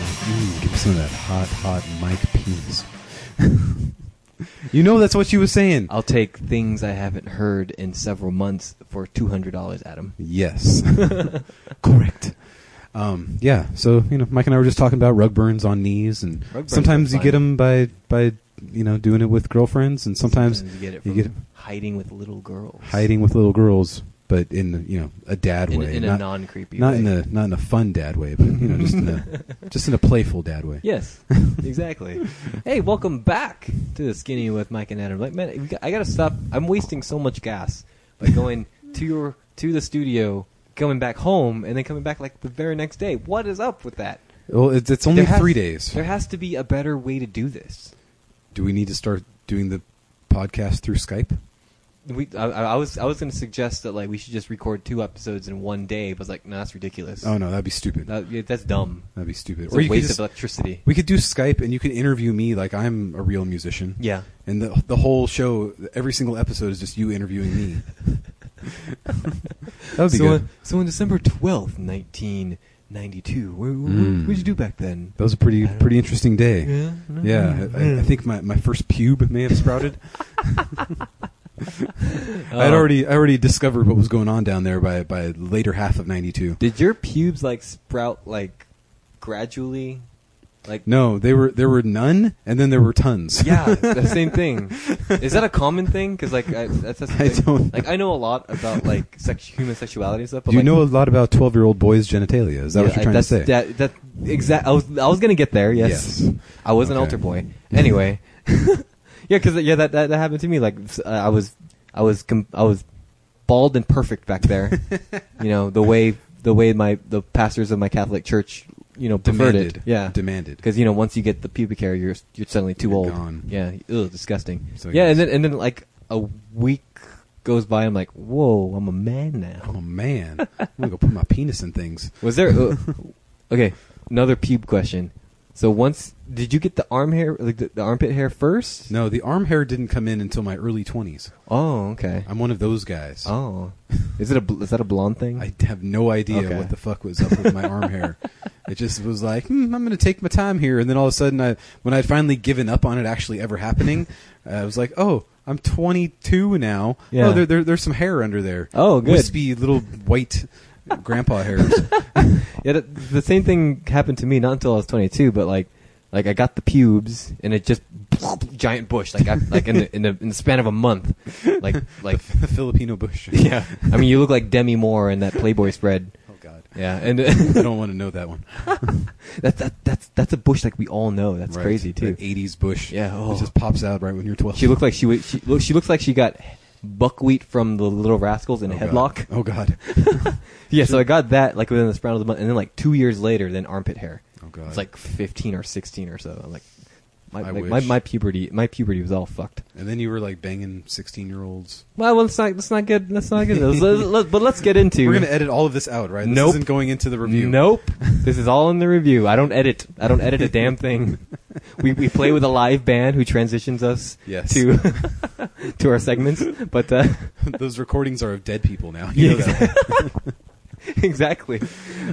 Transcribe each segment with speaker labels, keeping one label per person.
Speaker 1: Some of that hot, hot Mike Pease. you know that's what she was saying.
Speaker 2: I'll take things I haven't heard in several months for two hundred dollars, Adam.
Speaker 1: Yes. Correct. Um, yeah, so you know, Mike and I were just talking about rug burns on knees, and
Speaker 2: Rug burns
Speaker 1: sometimes
Speaker 2: are
Speaker 1: you get them
Speaker 2: fine.
Speaker 1: by by you know doing it with girlfriends, and sometimes,
Speaker 2: you get it from
Speaker 1: you get it
Speaker 2: hiding with little girls,
Speaker 1: hiding with little girls, but in you know a dad
Speaker 2: in,
Speaker 1: way,
Speaker 2: in a
Speaker 1: not,
Speaker 2: non creepy,
Speaker 1: not
Speaker 2: way.
Speaker 1: in a not in a fun dad way, but you know just in a just in a playful dad way.
Speaker 2: Yes, exactly. hey, welcome back to the Skinny with Mike and Adam. Like, man, we got- I gotta stop. I'm wasting so much gas by going to your to the studio, coming back home, and then coming back like the very next day. What is up with that?
Speaker 1: Well, it's, it's only
Speaker 2: There has-
Speaker 1: three days.
Speaker 2: There has to be a better way to do this.
Speaker 1: Do we need to start doing the podcast through Skype?
Speaker 2: We, I, I I was, I was going to suggest that like we should just record two episodes in one day, but I was like, no, that's ridiculous.
Speaker 1: Oh no, that'd be stupid. That'd,
Speaker 2: That- yeah, that's dumb.
Speaker 1: be stupid.
Speaker 2: It's
Speaker 1: or
Speaker 2: a
Speaker 1: you could
Speaker 2: waste
Speaker 1: just,
Speaker 2: of electricity.
Speaker 1: we could do Skype, and you could interview me like I'm a real musician.
Speaker 2: Yeah,
Speaker 1: And the the whole show, every single episode is just you interviewing me. that would be
Speaker 2: so,
Speaker 1: good.
Speaker 2: On, so on December 12th, 1992, where, where,
Speaker 1: Mm.
Speaker 2: what'd you do back then?
Speaker 1: that was a pretty
Speaker 2: I don't-
Speaker 1: pretty interesting day.
Speaker 2: Yeah,
Speaker 1: Yeah, I, I think my, my first pube may have sprouted. I had
Speaker 2: Oh.
Speaker 1: already I already discovered what was going on down there by by later half of '92.
Speaker 2: Did your pubes like sprout like gradually? Like
Speaker 1: No, they were there were none, and then there were tons.
Speaker 2: yeah, the same thing. Is that a common thing? Because like I, that's, that's the
Speaker 1: I
Speaker 2: thing.
Speaker 1: don't
Speaker 2: like I know a lot about like sex, human sexuality and stuff. But
Speaker 1: you
Speaker 2: like,
Speaker 1: know a lot about twelve year old boys' genitalia. Is that what
Speaker 2: Yeah,
Speaker 1: you're trying
Speaker 2: that's,
Speaker 1: to say?
Speaker 2: That, that exact. I was I was gonna get there. Yes,
Speaker 1: Yes.
Speaker 2: I was an
Speaker 1: Okay.
Speaker 2: altar boy. Anyway, yeah, because yeah, that, that that happened to me. Like s- uh, I was I was com- I was bald and perfect back there. you know the way the way my the pastors of my Catholic church you know preferred it.
Speaker 1: Demanded.
Speaker 2: Yeah,
Speaker 1: Demanded.
Speaker 2: because you know once you get the pubic hair, you're you're suddenly too
Speaker 1: You're
Speaker 2: old.
Speaker 1: gone.
Speaker 2: Yeah, ugh, disgusting.
Speaker 1: So
Speaker 2: yeah,
Speaker 1: gross.
Speaker 2: and then and then like a week goes by. I'm like, whoa, I'm a man now.
Speaker 1: Oh man, I'm gonna go put my penis in things.
Speaker 2: Was there? Uh, okay, another pube question. So once, did you get the arm hair, like the, the armpit hair first?
Speaker 1: No, the arm hair didn't come in until my early twenties.
Speaker 2: Oh, okay.
Speaker 1: I'm one of those guys.
Speaker 2: Oh, is it a bl- is that a blonde thing?
Speaker 1: I have no idea
Speaker 2: Okay.
Speaker 1: what the fuck was up with my arm hair. It just was like, hmm, I'm going to take my time here. And then all of a sudden, I, when I'd finally given up on it actually ever happening, I was like, oh, I'm 22 now.
Speaker 2: Yeah.
Speaker 1: Oh, there, there, there's some hair under there.
Speaker 2: Oh, good.
Speaker 1: Wispy little white grandpa hairs.
Speaker 2: yeah, the, the same thing happened to me not until I was 22, but like, like I got the pubes and it just giant bush like I, like in the, in the in the span of a month, like like
Speaker 1: the Filipino bush.
Speaker 2: yeah. I mean, you look like Demi Moore in that Playboy spread.
Speaker 1: Oh, God.
Speaker 2: Yeah, and
Speaker 1: I don't want to know that one.
Speaker 2: that, that that's that's a bush like we all know. That's
Speaker 1: Right.
Speaker 2: crazy too.
Speaker 1: That 80s bush.
Speaker 2: Yeah, oh.
Speaker 1: It just pops out right when you're 12.
Speaker 2: She looked like she was. She, look, she looks like she got buckwheat from the Little Rascals in
Speaker 1: Oh, God.
Speaker 2: Headlock.
Speaker 1: Oh, God.
Speaker 2: Yeah, so I got that like within the span of the month, and then like two years later, then armpit hair.
Speaker 1: Oh, God.
Speaker 2: It's like fifteen or sixteen or so. I'm like, my
Speaker 1: I
Speaker 2: like, my,
Speaker 1: wish.
Speaker 2: my puberty my puberty was all fucked.
Speaker 1: And then you were like banging 16 year olds.
Speaker 2: Well, let's not let's not get let's not get let's, let's, let's- but let's get into.
Speaker 1: We're going to edit all of this out, right? This
Speaker 2: Nope.
Speaker 1: isn't going into the review.
Speaker 2: Nope, this is all in the review. I don't edit. I don't edit a damn thing. We we play with a live band who transitions us
Speaker 1: Yes.
Speaker 2: to to our segments, but. Uh,
Speaker 1: Those recordings are of dead people now. You know that.
Speaker 2: exactly.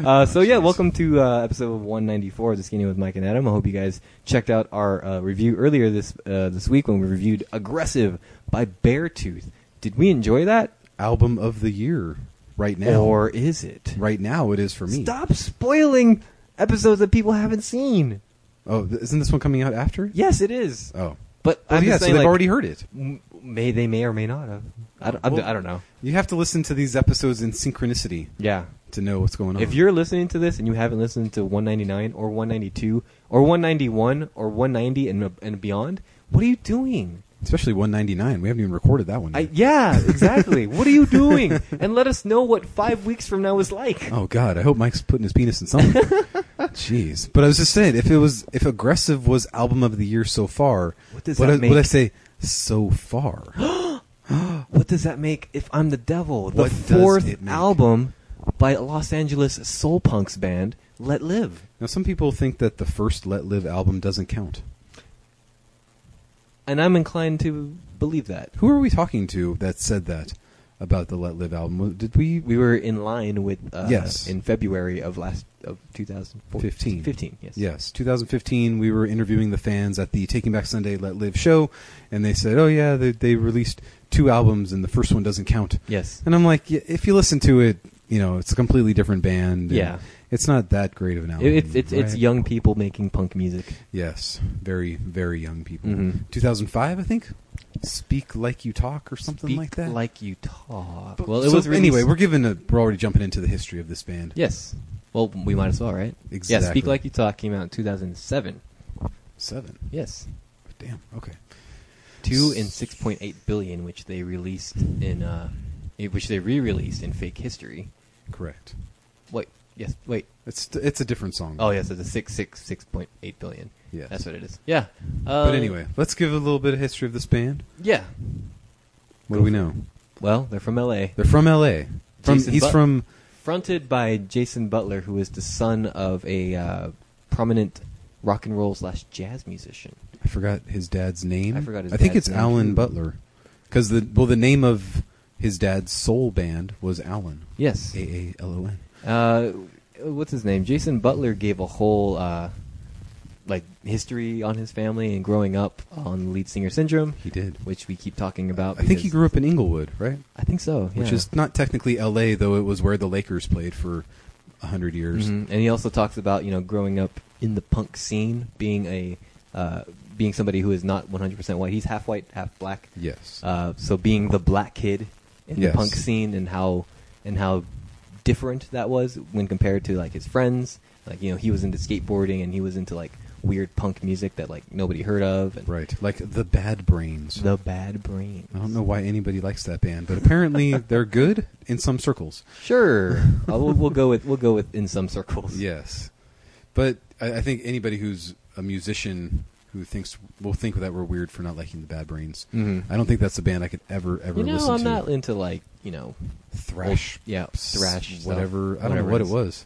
Speaker 2: Uh, so yeah,
Speaker 1: jeez.
Speaker 2: welcome to uh, episode 194 of the Skinny with Mike and Adam. I hope you guys checked out our uh, review earlier this uh, this week when we reviewed "Aggressive" by Beartooth. Did we enjoy that,
Speaker 1: Album of the year, right now.
Speaker 2: or is it?
Speaker 1: right now, it is for me.
Speaker 2: Stop spoiling episodes that people haven't seen.
Speaker 1: Oh, th- isn't this one coming out after?
Speaker 2: Yes, it is.
Speaker 1: Oh,
Speaker 2: But
Speaker 1: well,
Speaker 2: I'm
Speaker 1: yeah.
Speaker 2: just
Speaker 1: So
Speaker 2: saying,
Speaker 1: they've
Speaker 2: like,
Speaker 1: already heard it.
Speaker 2: m- May they may or may not have. I don't, I'm-
Speaker 1: Well-
Speaker 2: I don't know.
Speaker 1: You have to listen to these episodes in synchronicity
Speaker 2: Yeah.
Speaker 1: to know what's going on.
Speaker 2: If you're listening to this and you haven't listened to 199 or 192 or 191 or 190 and and beyond, what are you doing?
Speaker 1: especially 199, we haven't even recorded that one.
Speaker 2: I,
Speaker 1: yet.
Speaker 2: yeah, exactly. what are you doing? And let us know what five weeks from now is like.
Speaker 1: Oh God, I hope Mike's putting his penis in something. Jeez, but I was just saying, if it was, if aggressive was album of the year so far,
Speaker 2: What does
Speaker 1: what
Speaker 2: that
Speaker 1: I,
Speaker 2: make?
Speaker 1: Would I say so far?
Speaker 2: What does that make if I'm the devil? The
Speaker 1: What does it
Speaker 2: fourth
Speaker 1: make?
Speaker 2: album by Los Angeles soul punks band Let Live.
Speaker 1: now, some people think that the first Let Live album doesn't count.
Speaker 2: And I'm inclined to believe that.
Speaker 1: Who are we talking to that said that? about the Let Live album. Did we?
Speaker 2: We were in line with uh,
Speaker 1: Yes.
Speaker 2: in February of last of 2014.
Speaker 1: 15.
Speaker 2: 15, yes.
Speaker 1: Yes, 2015. We were interviewing the fans at the Taking Back Sunday Let Live show, and they said, "Oh yeah, they, they released two albums, and the first one doesn't count."
Speaker 2: Yes.
Speaker 1: And I'm like, "Yeah, if you listen to it, you know it's a completely different band. and
Speaker 2: Yeah.
Speaker 1: it's not that great of an album.
Speaker 2: It, it's it's, it's
Speaker 1: Um, right?
Speaker 2: young people making punk music.
Speaker 1: Yes, very very young people.
Speaker 2: Mhm.
Speaker 1: 2005, I think. Speak like you talk, or something
Speaker 2: Speak
Speaker 1: like that.
Speaker 2: Like you talk.
Speaker 1: But-
Speaker 2: well, it
Speaker 1: so
Speaker 2: was
Speaker 1: anyway.
Speaker 2: released-
Speaker 1: We're giving a. We're already jumping into the history of this band.
Speaker 2: yes. Well, we might as well, right? Yeah.
Speaker 1: Exactly.
Speaker 2: Speak like you talk came out in 2007.
Speaker 1: Seven.
Speaker 2: Yes.
Speaker 1: Damn. Okay.
Speaker 2: two and six point eight billion, which they released in, uh, eh, which they re-released in Fake History.
Speaker 1: Correct.
Speaker 2: Wait, yes, wait.
Speaker 1: It's it's a different song.
Speaker 2: Oh yes, it's a six six six point eight billion.
Speaker 1: Yes.
Speaker 2: that's what it is. Yeah.
Speaker 1: But
Speaker 2: Um,
Speaker 1: anyway, let's give a little bit of history of this band.
Speaker 2: yeah.
Speaker 1: What
Speaker 2: Go
Speaker 1: do we
Speaker 2: for
Speaker 1: know?
Speaker 2: Well, they're from L.A.
Speaker 1: They're from L.A. From
Speaker 2: Jason
Speaker 1: he's
Speaker 2: Butt-
Speaker 1: from
Speaker 2: fronted by Jason Butler, who is the son of a uh, prominent rock and roll slash jazz musician.
Speaker 1: I forgot his dad's name.
Speaker 2: I forgot his
Speaker 1: I think it's
Speaker 2: dad's name.
Speaker 1: Alan Butler, because the well the name of his dad's soul band was Alan.
Speaker 2: Yes.
Speaker 1: A A L O N.
Speaker 2: Uh, what's his name? Jason Butler gave a whole uh, like history on his family and growing up on lead singer syndrome.
Speaker 1: He did.
Speaker 2: which we keep talking about.
Speaker 1: I think he
Speaker 2: because-
Speaker 1: grew up in Inglewood, right?
Speaker 2: I think so,
Speaker 1: Which
Speaker 2: yeah.
Speaker 1: is not technically L.A. though it was where the Lakers played for a hundred years.
Speaker 2: Mhm. and he also talks about you know growing up in the punk scene, being a uh, being somebody who is not 100 percent white. He's half white, half black.
Speaker 1: Yes.
Speaker 2: Uh, so being the black kid in
Speaker 1: Yes.
Speaker 2: the punk scene and how and how different that was when compared to like his friends. Like you know he was into skateboarding and he was into like weird punk music that like nobody heard of. And
Speaker 1: right. Like the Bad Brains.
Speaker 2: The Bad Brains.
Speaker 1: I don't know why anybody likes that band, but apparently they're good in some circles.
Speaker 2: Sure, uh, we'll, we'll go with we'll go with in some circles.
Speaker 1: Yes, but I, I think anybody who's a musician who thinks will think that we're weird for not liking the Bad Brains.
Speaker 2: Mhm.
Speaker 1: I don't think that's a band I could ever ever
Speaker 2: You know,
Speaker 1: listen
Speaker 2: I'm
Speaker 1: to.
Speaker 2: not into like you know
Speaker 1: thrash,
Speaker 2: old- yeah,
Speaker 1: s-
Speaker 2: thrash stuff,
Speaker 1: whatever. I don't
Speaker 2: whatever
Speaker 1: know
Speaker 2: it
Speaker 1: what it
Speaker 2: is.
Speaker 1: was.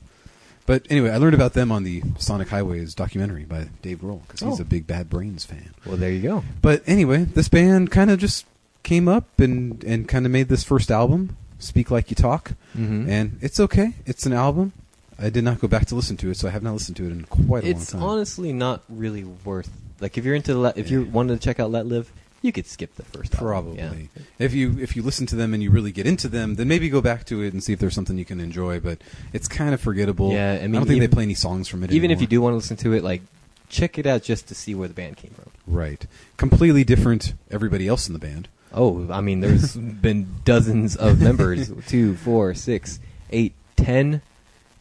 Speaker 1: But anyway, I learned about them on the Sonic Highways documentary by Dave Grohl because he's
Speaker 2: Oh.
Speaker 1: a big Bad Brains fan.
Speaker 2: Well, there you go.
Speaker 1: But anyway, this band kind of just came up and and kind of made this first album, "Speak Like You Talk,"
Speaker 2: Mhm.
Speaker 1: and it's okay. It's an album. I did not go back to listen to it, so I have not listened to it in quite a
Speaker 2: It's
Speaker 1: long time.
Speaker 2: honestly not really worth. Like, if you're into let, if you
Speaker 1: Yeah.
Speaker 2: wanted to check out Let Live, you could skip the first. album,
Speaker 1: Probably.
Speaker 2: yeah.
Speaker 1: If you if you listen to them and you really get into them, then maybe go back to it and see if there's something you can enjoy. But it's kind of forgettable.
Speaker 2: Yeah, I mean,
Speaker 1: don't think
Speaker 2: even-
Speaker 1: they play any songs from it.
Speaker 2: Even if
Speaker 1: anymore.
Speaker 2: you do want to listen to it, like, check it out just to see where the band came from.
Speaker 1: Right. Completely different everybody else in the band.
Speaker 2: Oh, I mean, there's been dozens of members. Two, four, six, eight, ten,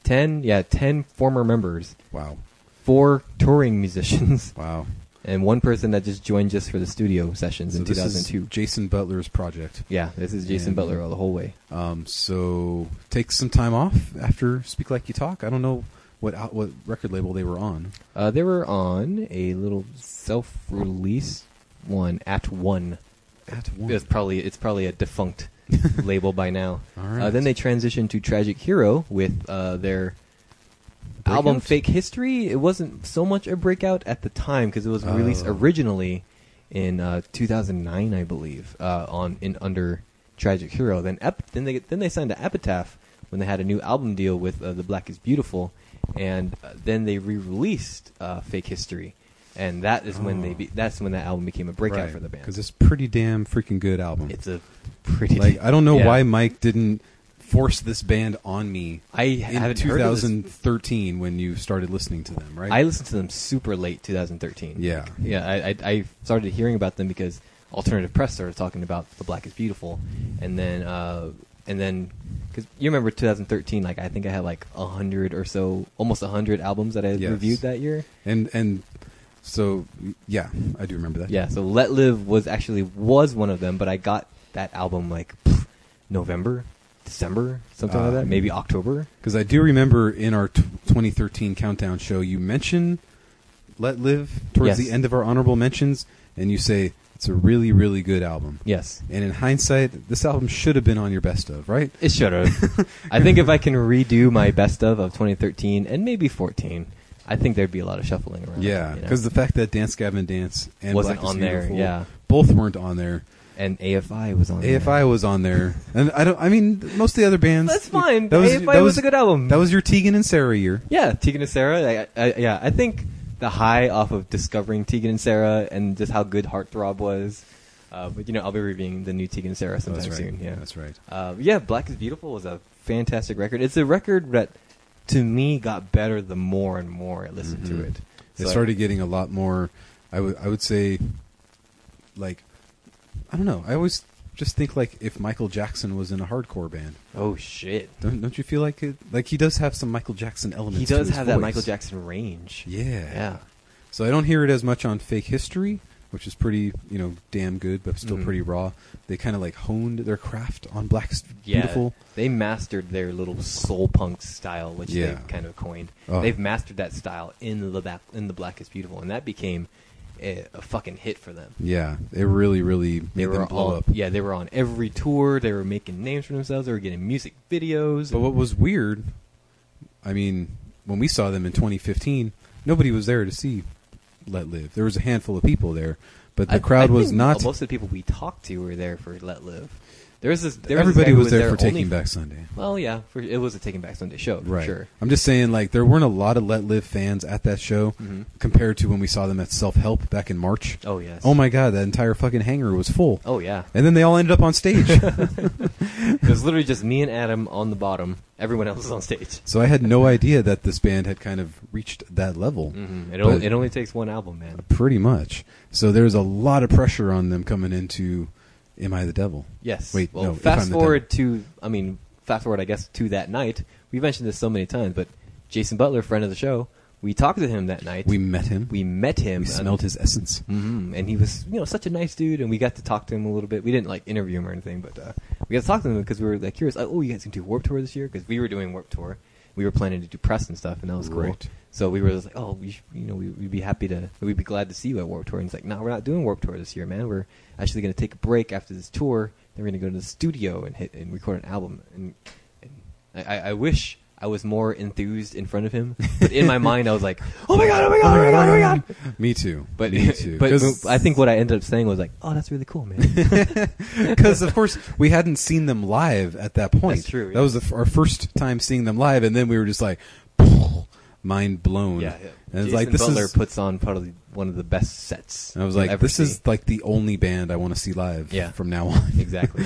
Speaker 2: ten. Yeah, ten former members.
Speaker 1: Wow.
Speaker 2: Four touring musicians.
Speaker 1: Wow.
Speaker 2: and one person that just joined just for the studio sessions in
Speaker 1: this is
Speaker 2: 2002.
Speaker 1: Jason Butler's project.
Speaker 2: yeah, this is Jason
Speaker 1: And-
Speaker 2: Butler all the whole way.
Speaker 1: Um, so take some time off after Speak Like You Talk. I don't know what out, what record label they were on.
Speaker 2: Uh, they were on a little self-release one at one.
Speaker 1: At one.
Speaker 2: It's probably it's probably a defunct label by now.
Speaker 1: All right.
Speaker 2: Uh, then they transitioned to Tragic Hero with uh, their
Speaker 1: Breakout?
Speaker 2: album Fake History. It wasn't so much a breakout at the time because it was released
Speaker 1: Oh.
Speaker 2: originally in uh, 2009, I believe, uh, on in under Tragic Hero. Then Ep- then they then they signed to Epitaph when they had a new album deal with uh, The Black Is Beautiful, and uh, then they re-released uh, Fake History, and that is when they
Speaker 1: Oh.
Speaker 2: be- that's when that album became a breakout for the band.
Speaker 1: because it's pretty damn freaking good album.
Speaker 2: It's a pretty
Speaker 1: like I don't know
Speaker 2: Yeah.
Speaker 1: why Mike didn't force this band on me
Speaker 2: I
Speaker 1: in
Speaker 2: haven't heard of this.
Speaker 1: 2013 when you started listening to them, right?
Speaker 2: I listened to them super late, 2013.
Speaker 1: Yeah.
Speaker 2: yeah. I, I, I started hearing about them because alternative press started talking about "The Black Is Beautiful," and then uh, and then because you remember 2013, like I think I had like a hundred or so, almost a hundred albums that I had
Speaker 1: Yes.
Speaker 2: reviewed that year.
Speaker 1: and and so yeah, I do remember that.
Speaker 2: Yeah, so "Let Live" was actually was one of them, but I got that album like pff, November, December, something
Speaker 1: Ah.
Speaker 2: like that, maybe October.
Speaker 1: Because I do remember in our t- 2013 countdown show, you mention "Let Live" towards
Speaker 2: Yes.
Speaker 1: the end of our honorable mentions, and you say it's a really, really good album.
Speaker 2: Yes,
Speaker 1: And in hindsight, this album should have been on your best of, right?
Speaker 2: It should have. I think if I can redo my best of of 2013 and maybe 14, I think there'd be a lot of shuffling around.
Speaker 1: Yeah,
Speaker 2: you know?
Speaker 1: because the fact that Dance Gavin Dance and
Speaker 2: Wasn't
Speaker 1: Black is
Speaker 2: on there,
Speaker 1: Beautiful
Speaker 2: yeah.
Speaker 1: both weren't on there.
Speaker 2: and AFI was on. there.
Speaker 1: AFI was on there, and I don't. I mean, most of the other bands.
Speaker 2: That's fine.
Speaker 1: That was-
Speaker 2: AFI
Speaker 1: that
Speaker 2: was,
Speaker 1: was-
Speaker 2: a good album.
Speaker 1: That was your Tegan and Sarah year.
Speaker 2: yeah, Tegan and Sarah. I, I, yeah, I think the high off of discovering Tegan and Sarah and just how good Heartthrob was. Uh, but you know, I'll be reviewing the new Tegan and Sarah sometime
Speaker 1: That's right.
Speaker 2: soon. Yeah,
Speaker 1: That's right.
Speaker 2: Uh, yeah, Black is Beautiful was a fantastic record. It's a record that, to me, got better the more and more I listened to
Speaker 1: Mhm.
Speaker 2: it.
Speaker 1: It
Speaker 2: So-
Speaker 1: started getting a lot more. I would I would say, like, I don't know. I always just think like if Michael Jackson was in a hardcore band.
Speaker 2: Oh shit!
Speaker 1: Don't don't you feel like it? Like he does have some Michael Jackson elements.
Speaker 2: He
Speaker 1: to
Speaker 2: does
Speaker 1: his
Speaker 2: have that
Speaker 1: voice.
Speaker 2: Michael Jackson range.
Speaker 1: Yeah.
Speaker 2: Yeah.
Speaker 1: So I don't hear it as much on Fake History, which is pretty you know damn good, but still
Speaker 2: Mhm.
Speaker 1: pretty raw. They kind of like honed their craft on Black S-
Speaker 2: Yeah,
Speaker 1: Beautiful.
Speaker 2: They mastered their little soul punk style, which
Speaker 1: Yeah.
Speaker 2: they've kind of coined.
Speaker 1: Oh.
Speaker 2: They've mastered that style in the back in the Black is Beautiful, and that became a, a fucking hit for them.
Speaker 1: Yeah, it really really made
Speaker 2: They were
Speaker 1: them blow
Speaker 2: all,
Speaker 1: up.
Speaker 2: yeah, they were on every tour. They were making names for themselves. They were getting music videos.
Speaker 1: But what was weird, I mean, when we saw them in 2015, nobody was there to see Let Live. There was a handful of people there, but the
Speaker 2: I-
Speaker 1: crowd
Speaker 2: I
Speaker 1: was
Speaker 2: think
Speaker 1: not.
Speaker 2: Most of the people we talked to were there for Let Live. There was this. There was this guy
Speaker 1: Everybody
Speaker 2: who
Speaker 1: was there for
Speaker 2: only
Speaker 1: Taking Back Sunday.
Speaker 2: Well, yeah, for, it was a Taking Back Sunday show, for
Speaker 1: Right.
Speaker 2: sure.
Speaker 1: I'm just saying, like, there weren't a lot of Let Live fans at that show
Speaker 2: Mhm.
Speaker 1: compared to when we saw them at Self Help back in March.
Speaker 2: Oh yes.
Speaker 1: Oh my god, that entire fucking hangar was full.
Speaker 2: Oh yeah.
Speaker 1: And then they all ended up on stage.
Speaker 2: It was literally just me and Adam on the bottom. Everyone else was on stage.
Speaker 1: so I had no idea that this band had kind of reached that level.
Speaker 2: hmm It,
Speaker 1: But-
Speaker 2: only, it only takes one album, man.
Speaker 1: Pretty much. So there's a lot of pressure on them coming into Am I the Devil?
Speaker 2: Yes.
Speaker 1: Wait,
Speaker 2: Well,
Speaker 1: no. If I'm
Speaker 2: fast
Speaker 1: the
Speaker 2: forward to, I mean, fast forward, I guess, to that night. We mentioned this so many times, but Jason Butler, friend of the show, we talked to him that night.
Speaker 1: Devil. We met him.
Speaker 2: we met him.
Speaker 1: We smelled his essence.
Speaker 2: hmm And he was, you know, such a nice dude, and we got to talk to him a little bit. We didn't like interview him or anything, but uh, we got to talk to him because we were like curious. Like, oh, you guys can do Warp Tour this year because we were doing Warp Tour. We were planning to do press and stuff, and that was cool.
Speaker 1: Right.
Speaker 2: So we were just like, oh, we, sh- you know, we, we'd be happy to, we'd be glad to see you at Warp Tour. And he's like, no, we're not doing Warp Tour this year, man. We're actually going to take a break after this tour. Then we're going to go to the studio and hit and record an album. And, and I, I- I wish I was more enthused in front of him, but in my mind, I was like, oh my god, oh my god, oh my god, oh my god.
Speaker 1: Me too.
Speaker 2: But,
Speaker 1: me too.
Speaker 2: but I think what I ended up saying was like, "Oh, that's really cool, man."
Speaker 1: because of course we hadn't seen them live at that point.
Speaker 2: That's true,
Speaker 1: That
Speaker 2: yeah.
Speaker 1: was the, f- our first time seeing them live, and then we were just like, "Pfft," mind blown. And it's
Speaker 2: Jason
Speaker 1: like this
Speaker 2: Butler
Speaker 1: is.
Speaker 2: puts on probably one of the best sets.
Speaker 1: and I was
Speaker 2: you'll
Speaker 1: like,
Speaker 2: ever
Speaker 1: this is like the only band I want to see live
Speaker 2: Yeah.
Speaker 1: from now on.
Speaker 2: see. exactly.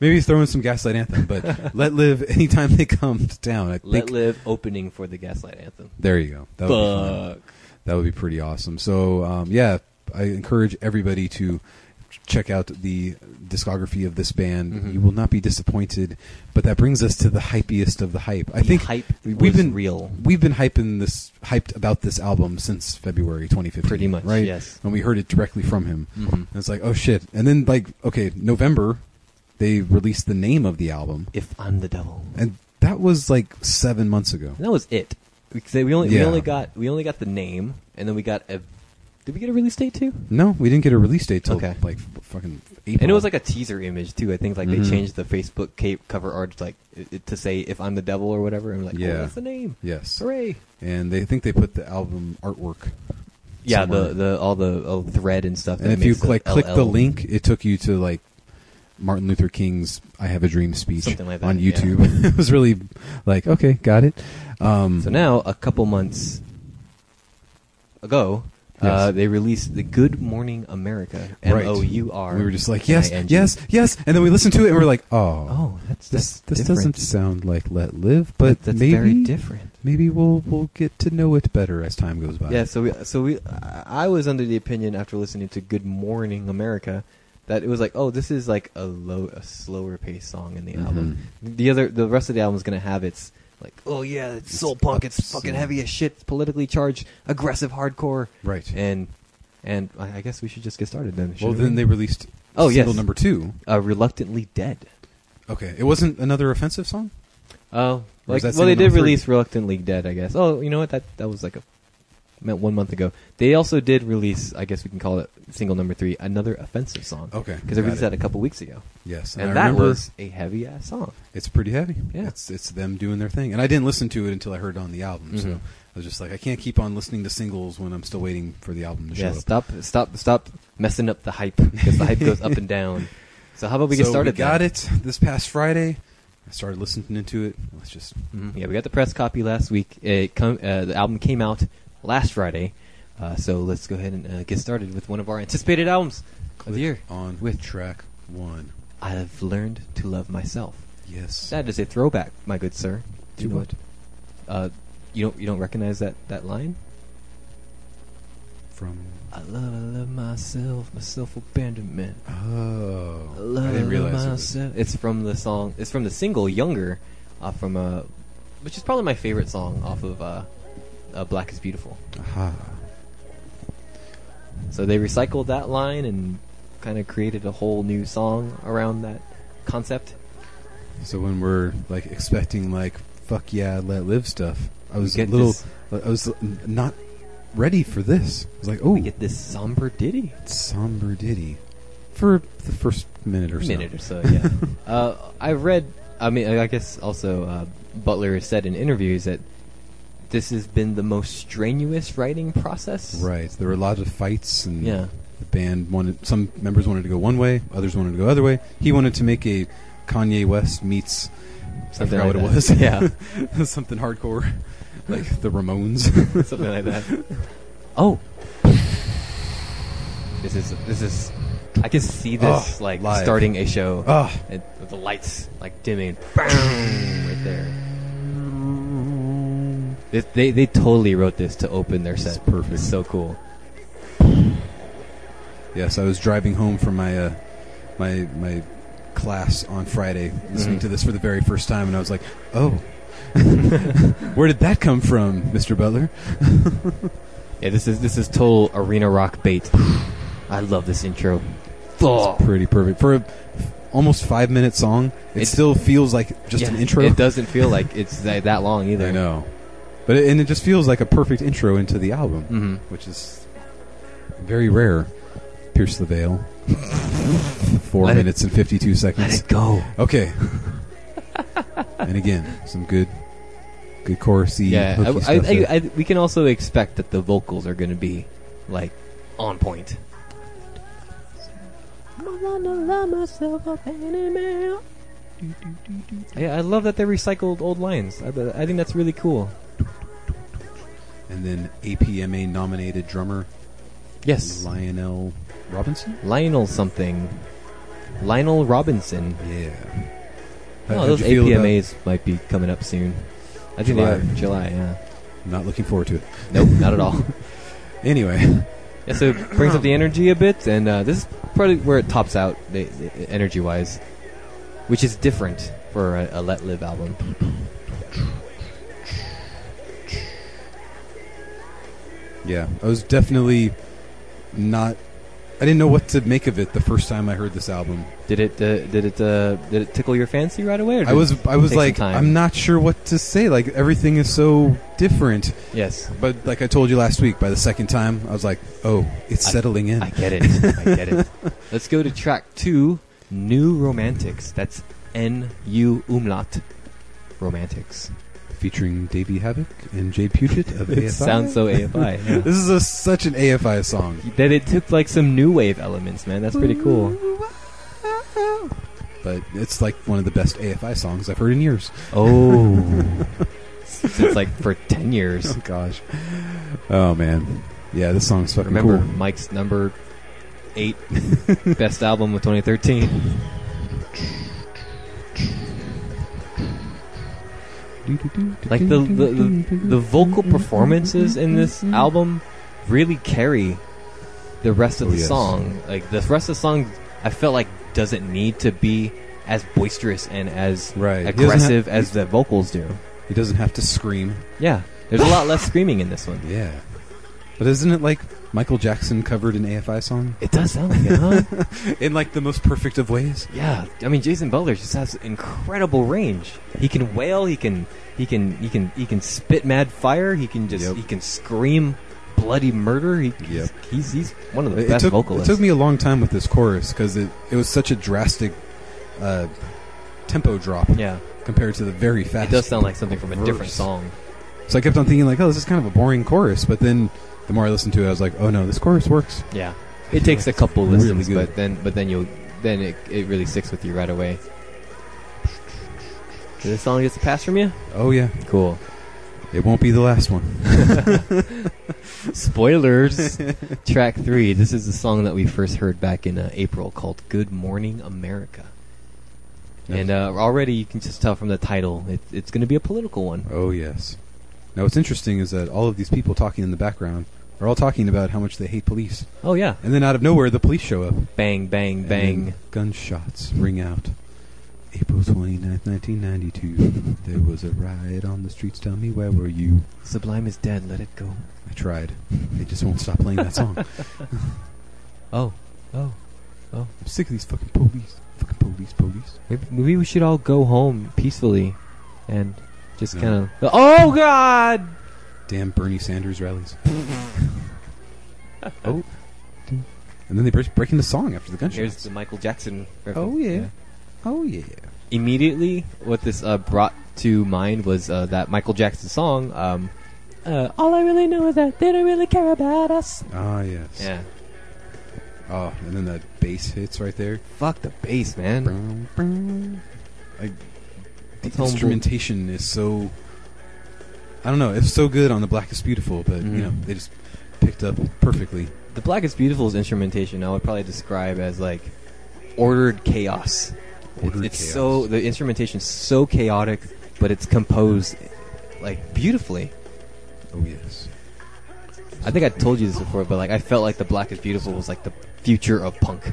Speaker 1: Maybe throw in some Gaslight Anthem, but Let Live anytime they come to town. I
Speaker 2: Let
Speaker 1: think
Speaker 2: live opening for the Gaslight Anthem.
Speaker 1: There you go. That would, be fun.
Speaker 2: Fuck.
Speaker 1: that would be pretty awesome. So, um, yeah, I encourage everybody to check out the discography of this band.
Speaker 2: Mhm.
Speaker 1: You will not be disappointed. But that brings us to the hypiest of the hype. I
Speaker 2: The
Speaker 1: think
Speaker 2: hype
Speaker 1: we-
Speaker 2: was
Speaker 1: we've been
Speaker 2: real.
Speaker 1: We've been hyping this, hyped about this album since February 2015.
Speaker 2: Pretty much,
Speaker 1: right?
Speaker 2: yes.
Speaker 1: When we heard it directly from him,
Speaker 2: Mhm.
Speaker 1: and it's like, oh shit! And then like, okay, November, they released the name of the album,
Speaker 2: If I'm the devil, and
Speaker 1: and that was like seven months ago.
Speaker 2: that was it. We, could say we only we
Speaker 1: Yeah.
Speaker 2: only got we only got the name, and then we got a. Did we get a release date too?
Speaker 1: No, we didn't get a release date till
Speaker 2: Okay.
Speaker 1: like f- fucking April.
Speaker 2: And it was like a teaser image too. I think like
Speaker 1: Mhm.
Speaker 2: they changed the Facebook cape cover art like it, it- to say "If I'm the Devil" or whatever. And we're like,
Speaker 1: Yeah.
Speaker 2: oh, that's the name.
Speaker 1: yes,
Speaker 2: Hooray!
Speaker 1: and they I think they put the album artwork.
Speaker 2: Yeah,
Speaker 1: somewhere.
Speaker 2: the, the all the all the thread and stuff.
Speaker 1: and
Speaker 2: Oh, that
Speaker 1: if you
Speaker 2: makes
Speaker 1: click
Speaker 2: LL
Speaker 1: click the link, it took you to like Martin Luther King's "I Have a Dream" speech
Speaker 2: Something like that,
Speaker 1: on
Speaker 2: yeah.
Speaker 1: YouTube. it was really like okay, got it. Um,
Speaker 2: So now, a couple months ago, uh,
Speaker 1: Yes.
Speaker 2: they released the Good Morning America. M
Speaker 1: Right.
Speaker 2: O U R.
Speaker 1: we were just like yes,
Speaker 2: N I N G.
Speaker 1: yes, yes, and then we listened to it and we're like, oh,
Speaker 2: Oh, that's
Speaker 1: this this
Speaker 2: that's different.
Speaker 1: doesn't sound like Let Live, but
Speaker 2: that's
Speaker 1: maybe
Speaker 2: very different.
Speaker 1: maybe we'll we'll get to know it better as time goes by.
Speaker 2: Yeah, so we, so we, I I was under the opinion after listening to Good Morning America that it was like, oh, this is like a low, a slower pace song in the
Speaker 1: Mm-hmm.
Speaker 2: album. The other, the rest of the album is gonna have its like, oh yeah, it's soul punk, it's fucking
Speaker 1: absolute-
Speaker 2: heavy as shit, it's politically charged, aggressive hardcore,
Speaker 1: right.
Speaker 2: and and I I guess we should just get started then.
Speaker 1: well,
Speaker 2: shouldn't
Speaker 1: then
Speaker 2: we?
Speaker 1: they released
Speaker 2: Oh, yes.
Speaker 1: single number two.
Speaker 2: uh, reluctantly dead.
Speaker 1: Okay, it wasn't another offensive song.
Speaker 2: Oh,
Speaker 1: Or is
Speaker 2: like,
Speaker 1: that
Speaker 2: well, they
Speaker 1: single
Speaker 2: did
Speaker 1: number three?
Speaker 2: release reluctantly dead, I guess. Oh, you know what? That that was like a met one month ago. They also did release, I guess we can call it single number three, another offensive song.
Speaker 1: Oh, Okay,
Speaker 2: because they
Speaker 1: got
Speaker 2: released
Speaker 1: it.
Speaker 2: that a couple weeks ago,
Speaker 1: Yes,
Speaker 2: and,
Speaker 1: I
Speaker 2: that
Speaker 1: remember
Speaker 2: was a heavy ass song.
Speaker 1: it's pretty heavy.
Speaker 2: Yeah.
Speaker 1: it's it's them doing their thing, and I didn't listen to it until I heard it on the album. So
Speaker 2: Mhm.
Speaker 1: I was just like, I can't keep on listening to singles when I'm still waiting for the album to
Speaker 2: Yeah,
Speaker 1: show up.
Speaker 2: stop, stop, stop messing up the hype because the hype goes up and down. So how about we get
Speaker 1: So
Speaker 2: started?
Speaker 1: We got
Speaker 2: then?
Speaker 1: it this past Friday. I started listening to it. Let's just
Speaker 2: Mhm. Yeah, we got the press copy last week. It come, uh, the album came out last Friday, uh, so let's go ahead and uh, get started with one of our anticipated albums of
Speaker 1: click
Speaker 2: the year.
Speaker 1: on
Speaker 2: with-
Speaker 1: with track one.
Speaker 2: I've learned to love myself.
Speaker 1: Yes,
Speaker 2: That is a throwback, my good sir.
Speaker 1: To
Speaker 2: know
Speaker 1: what?
Speaker 2: it? Uh, you don't you don't recognize that that line?
Speaker 1: from
Speaker 2: I love, I love myself, myself abandonment.
Speaker 1: oh,
Speaker 2: I love,
Speaker 1: I didn't realize it was-
Speaker 2: myself. It's from the song. It's from the single "Younger," uh, from uh, which is probably my favorite song off of uh, uh, "Black Is Beautiful."
Speaker 1: Aha.
Speaker 2: So they recycled that line and kind of created a whole new song around that concept.
Speaker 1: So when we're like expecting like fuck yeah let live stuff, I was a
Speaker 2: get
Speaker 1: little
Speaker 2: this-
Speaker 1: I was n- not ready for this. I was like, oh,
Speaker 2: We get this somber ditty.
Speaker 1: somber ditty for the first minute or so.
Speaker 2: minute or so. Yeah, uh, I read. I mean, I guess also uh, Butler has said in interviews that this has been the most strenuous writing process.
Speaker 1: Right. There were a lot of fights and
Speaker 2: Yeah.
Speaker 1: the band wanted some members wanted to go one way, others wanted to go other way. He wanted to make a Kanye West meets
Speaker 2: Something
Speaker 1: I forgot
Speaker 2: like
Speaker 1: what it
Speaker 2: that.
Speaker 1: was. Yeah. Something hardcore. Like the Ramones.
Speaker 2: Yeah, something like that. Oh, this is this is. I can see this
Speaker 1: Oh,
Speaker 2: like
Speaker 1: live.
Speaker 2: starting a show.
Speaker 1: Ah.
Speaker 2: And with the lights like dimming, bang, right there. This, they they totally wrote this to open their
Speaker 1: This is
Speaker 2: set.
Speaker 1: perfect.
Speaker 2: It's so cool.
Speaker 1: Yes, I was driving home from my uh, my my class on Friday, listening
Speaker 2: Mhm.
Speaker 1: to this for the very first time, and I was like, "Oh, where did that come from, Mister Butler?"
Speaker 2: Yeah, this is this is total arena rock bait. I love this intro. Oh,
Speaker 1: Pretty perfect for a almost five minute song. It,
Speaker 2: It-
Speaker 1: still feels like just
Speaker 2: yeah,
Speaker 1: an intro.
Speaker 2: It doesn't feel like it's that, that long either.
Speaker 1: I know, but it, and it just feels like a perfect intro into the album,
Speaker 2: hmm
Speaker 1: which is very rare. Pierce the veil. Four
Speaker 2: Let it-
Speaker 1: minutes and fifty-two
Speaker 2: Let
Speaker 1: seconds.
Speaker 2: it go.
Speaker 1: Okay. and again, some good, good chorusy.
Speaker 2: Yeah,
Speaker 1: hooky
Speaker 2: I, I,
Speaker 1: stuff there.
Speaker 2: I, I, we can also expect that the vocals are going to be like on point. I, I love that they recycled old lines. I, I think that's really cool.
Speaker 1: and then APMA nominated drummer
Speaker 2: Yes,
Speaker 1: Lionel Robinson.
Speaker 2: Lionel something, Lionel Robinson.
Speaker 1: Yeah. How-
Speaker 2: Oh,
Speaker 1: how'd
Speaker 2: those
Speaker 1: you feel about-
Speaker 2: APMAs might be coming up soon. I think
Speaker 1: July.
Speaker 2: they are July. Yeah.
Speaker 1: Not looking forward to it.
Speaker 2: Nope, not at all.
Speaker 1: Anyway,
Speaker 2: Yeah, so it brings up the energy a bit, and uh, this is probably where it tops out, the, the, energy-wise, which is different for a, a Let Live album.
Speaker 1: yeah, I was definitely not. I didn't know what to make of it the first time I heard this album.
Speaker 2: Did it? Uh, did it? Uh, did it tickle your fancy right away? Or did
Speaker 1: I was, I was
Speaker 2: Take some
Speaker 1: like,
Speaker 2: time.
Speaker 1: I'm not sure what to say. Like everything is so different.
Speaker 2: Yes,
Speaker 1: But like I told you last week, by the second time, I was like, oh, it's
Speaker 2: I-
Speaker 1: settling in.
Speaker 2: I get it. I get it. Let's go to track two, New Romantics. That's N U umlaut, Romantics.
Speaker 1: featuring Davey Havoc and Jay Puget of AFI.
Speaker 2: It sounds so AFI. yeah.
Speaker 1: This is a, such an AFI song.
Speaker 2: That it took like some new wave elements, man. That's pretty cool.
Speaker 1: But it's like one of the best AFI songs I've heard in years.
Speaker 2: Oh, since like for ten years.
Speaker 1: Oh gosh. Oh man. Yeah, this song's fucking
Speaker 2: Remember
Speaker 1: cool.
Speaker 2: Mike's number eight best album of 2013. Like the the, the the vocal performances in this album really carry the rest of
Speaker 1: Oh,
Speaker 2: the
Speaker 1: yes.
Speaker 2: song. Like the rest of the song, I felt like doesn't need to be as boisterous and as
Speaker 1: right. He doesn't
Speaker 2: aggressive
Speaker 1: have-
Speaker 2: as the vocals do.
Speaker 1: He doesn't have to scream.
Speaker 2: Yeah, there's a lot less screaming in this one.
Speaker 1: Yeah. But isn't it like Michael Jackson covered an AFI song
Speaker 2: It does sound like it, huh?
Speaker 1: in like the most perfect of ways?
Speaker 2: Yeah, I mean Jason Butler just has incredible range. He can wail, he can he can he can he can spit mad fire, he can just
Speaker 1: Yep.
Speaker 2: he can scream bloody murder. He,
Speaker 1: Yep.
Speaker 2: he's, he's one of the
Speaker 1: It, it
Speaker 2: best
Speaker 1: took, it
Speaker 2: vocalists.
Speaker 1: took me a long time with this chorus because it, it was such a drastic uh, tempo drop
Speaker 2: yeah,
Speaker 1: compared to the very fast.
Speaker 2: it does sound like something from a different
Speaker 1: verse.
Speaker 2: song.
Speaker 1: So I kept on thinking like, oh, this is kind of a boring chorus. But then the more I listened to it, I was like, oh no, this chorus works.
Speaker 2: Yeah, it takes a couple
Speaker 1: Really
Speaker 2: listens,
Speaker 1: good.
Speaker 2: but then but then you'll then it, it really sticks with you right away. Did this song gets a pass from you?
Speaker 1: Oh yeah,
Speaker 2: Cool.
Speaker 1: it won't be the last one.
Speaker 2: Spoilers. Track three. This is the song that we first heard back in uh, April called "Good Morning America," and uh, already you can just tell from the title it, it's going to be a political one.
Speaker 1: Oh yes. Now what's interesting is that all of these people talking in the background are all talking about how much they hate police,
Speaker 2: Oh yeah,
Speaker 1: and then out of nowhere, the police show up.
Speaker 2: bang bang
Speaker 1: And
Speaker 2: bang.
Speaker 1: then gunshots ring out. April 29th, 1992. There was a riot on the streets. Tell me, where were you?
Speaker 2: Sublime is dead. Let it go.
Speaker 1: I tried. They just won't stop playing that song. I'm
Speaker 2: Oh oh.
Speaker 1: sick of these fucking police. Fucking police, police.
Speaker 2: Maybe, maybe we should all go home peacefully, and just
Speaker 1: No.
Speaker 2: kind of. Oh God!
Speaker 1: Damn Bernie Sanders rallies. oh. And then they break, break into song after the
Speaker 2: Here's
Speaker 1: gunshots.
Speaker 2: the Michael Jackson. Reference.
Speaker 1: Oh, yeah. Oh, yeah.
Speaker 2: Immediately, what this uh, brought to mind was uh, that Michael Jackson song. Um, uh, all I really know is that they don't really care about us.
Speaker 1: Ah, yes.
Speaker 2: Yeah.
Speaker 1: Oh, and then that bass hits right there.
Speaker 2: Fuck the bass, man.
Speaker 1: Brum, brum. Like, the
Speaker 2: It's humble.
Speaker 1: instrumentation is so. I don't know. It's so good on the Black is Beautiful, but
Speaker 2: Mhm.
Speaker 1: you know they just picked up perfectly.
Speaker 2: The Black is Beautiful's instrumentation, I would probably describe as like ordered chaos.
Speaker 1: Ordered
Speaker 2: it's
Speaker 1: chaos.
Speaker 2: so the instrumentation's so chaotic, but it's composed like beautifully.
Speaker 1: Oh yes.
Speaker 2: I think I told you this before, but like I felt like the Black is Beautiful was like the future of punk.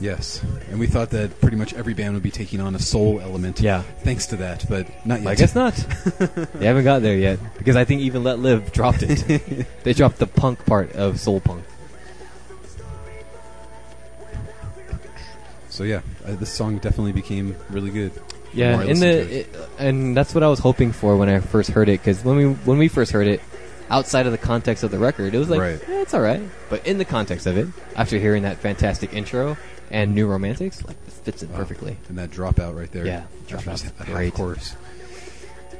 Speaker 1: Yes, and we thought that pretty much every band would be taking on a soul element.
Speaker 2: Yeah.
Speaker 1: Thanks to that, but not yet.
Speaker 2: I guess not. they haven't got there yet because I think even Let Live dropped it. they dropped the punk part of soul punk.
Speaker 1: So yeah, uh, this song definitely became really good.
Speaker 2: Yeah,
Speaker 1: more I
Speaker 2: in
Speaker 1: listened
Speaker 2: the
Speaker 1: to
Speaker 2: it, and that's what I was hoping for when I first heard it because when we when we first heard it, outside of the context of the record, it was like
Speaker 1: Right.
Speaker 2: "Eh, it's all right. But in the context of it, after hearing that fantastic intro and New Romantics, like this fits in
Speaker 1: Wow.
Speaker 2: perfectly.
Speaker 1: and that dropout right there.
Speaker 2: Yeah,
Speaker 1: after
Speaker 2: dropout's
Speaker 1: just a half
Speaker 2: great.
Speaker 1: chorus.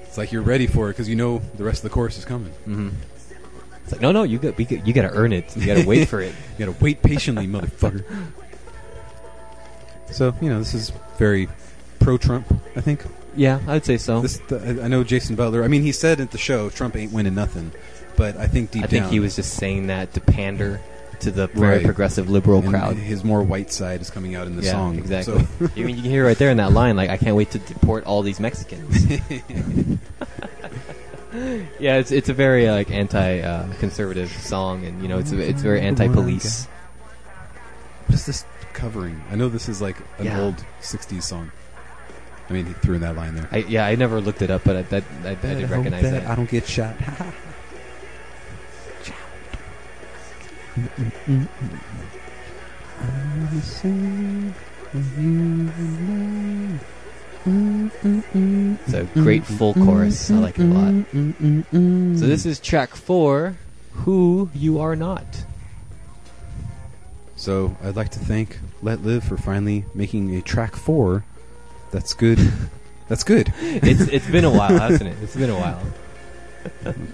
Speaker 1: It's like you're ready for it because you know the rest of the chorus is coming.
Speaker 2: hmm It's like no, no, you got we got- you got to earn it. You got to wait for it.
Speaker 1: You gotta wait patiently, motherfucker. So you know this is very pro-Trump. I think
Speaker 2: Yeah, I'd say so.
Speaker 1: this. The, I- I know Jason Butler. I mean, he said at the show, "Trump ain't winning nothing," but I think deep
Speaker 2: I think
Speaker 1: down,
Speaker 2: he was just saying that to pander to the very
Speaker 1: Right.
Speaker 2: progressive liberal
Speaker 1: and
Speaker 2: crowd.
Speaker 1: His more white side is coming out in the
Speaker 2: yeah,
Speaker 1: song.
Speaker 2: exactly. you mean you can hear right there in that line, like, "I can't wait to deport all these Mexicans." yeah, it's it's a very uh, like anti-conservative song, and you know, it's a, it's very anti-police.
Speaker 1: So, what is this covering? I know this is like an
Speaker 2: Yeah.
Speaker 1: old '60s song. I mean, he threw in that line there.
Speaker 2: I, yeah, I never looked it up, but I, that, I, I did recognize that.
Speaker 1: I don't get shot.
Speaker 2: It's a great full chorus. I like it a lot. So this is track four, "Who You Are Not."
Speaker 1: So I'd like to thank Let Live for finally making a track four. That's good. That's good.
Speaker 2: It's it's been a while, hasn't it? It's been a while.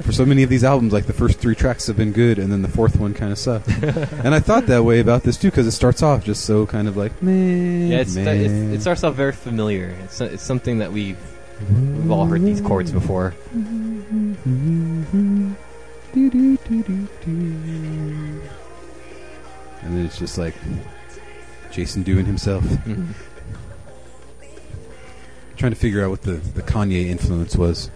Speaker 1: For so many of these albums, like the first three tracks have been good, and then the fourth one kind of sucked. and I thought that way about this too, because it starts off just so kind of like man.
Speaker 2: Yeah, it's,
Speaker 1: man.
Speaker 2: it's, it starts off very familiar. It's, it's something that we've we've all heard these chords before.
Speaker 1: And then it's just like Jason doing himself,
Speaker 2: Hmm.
Speaker 1: trying to figure out what the, the Kanye influence was.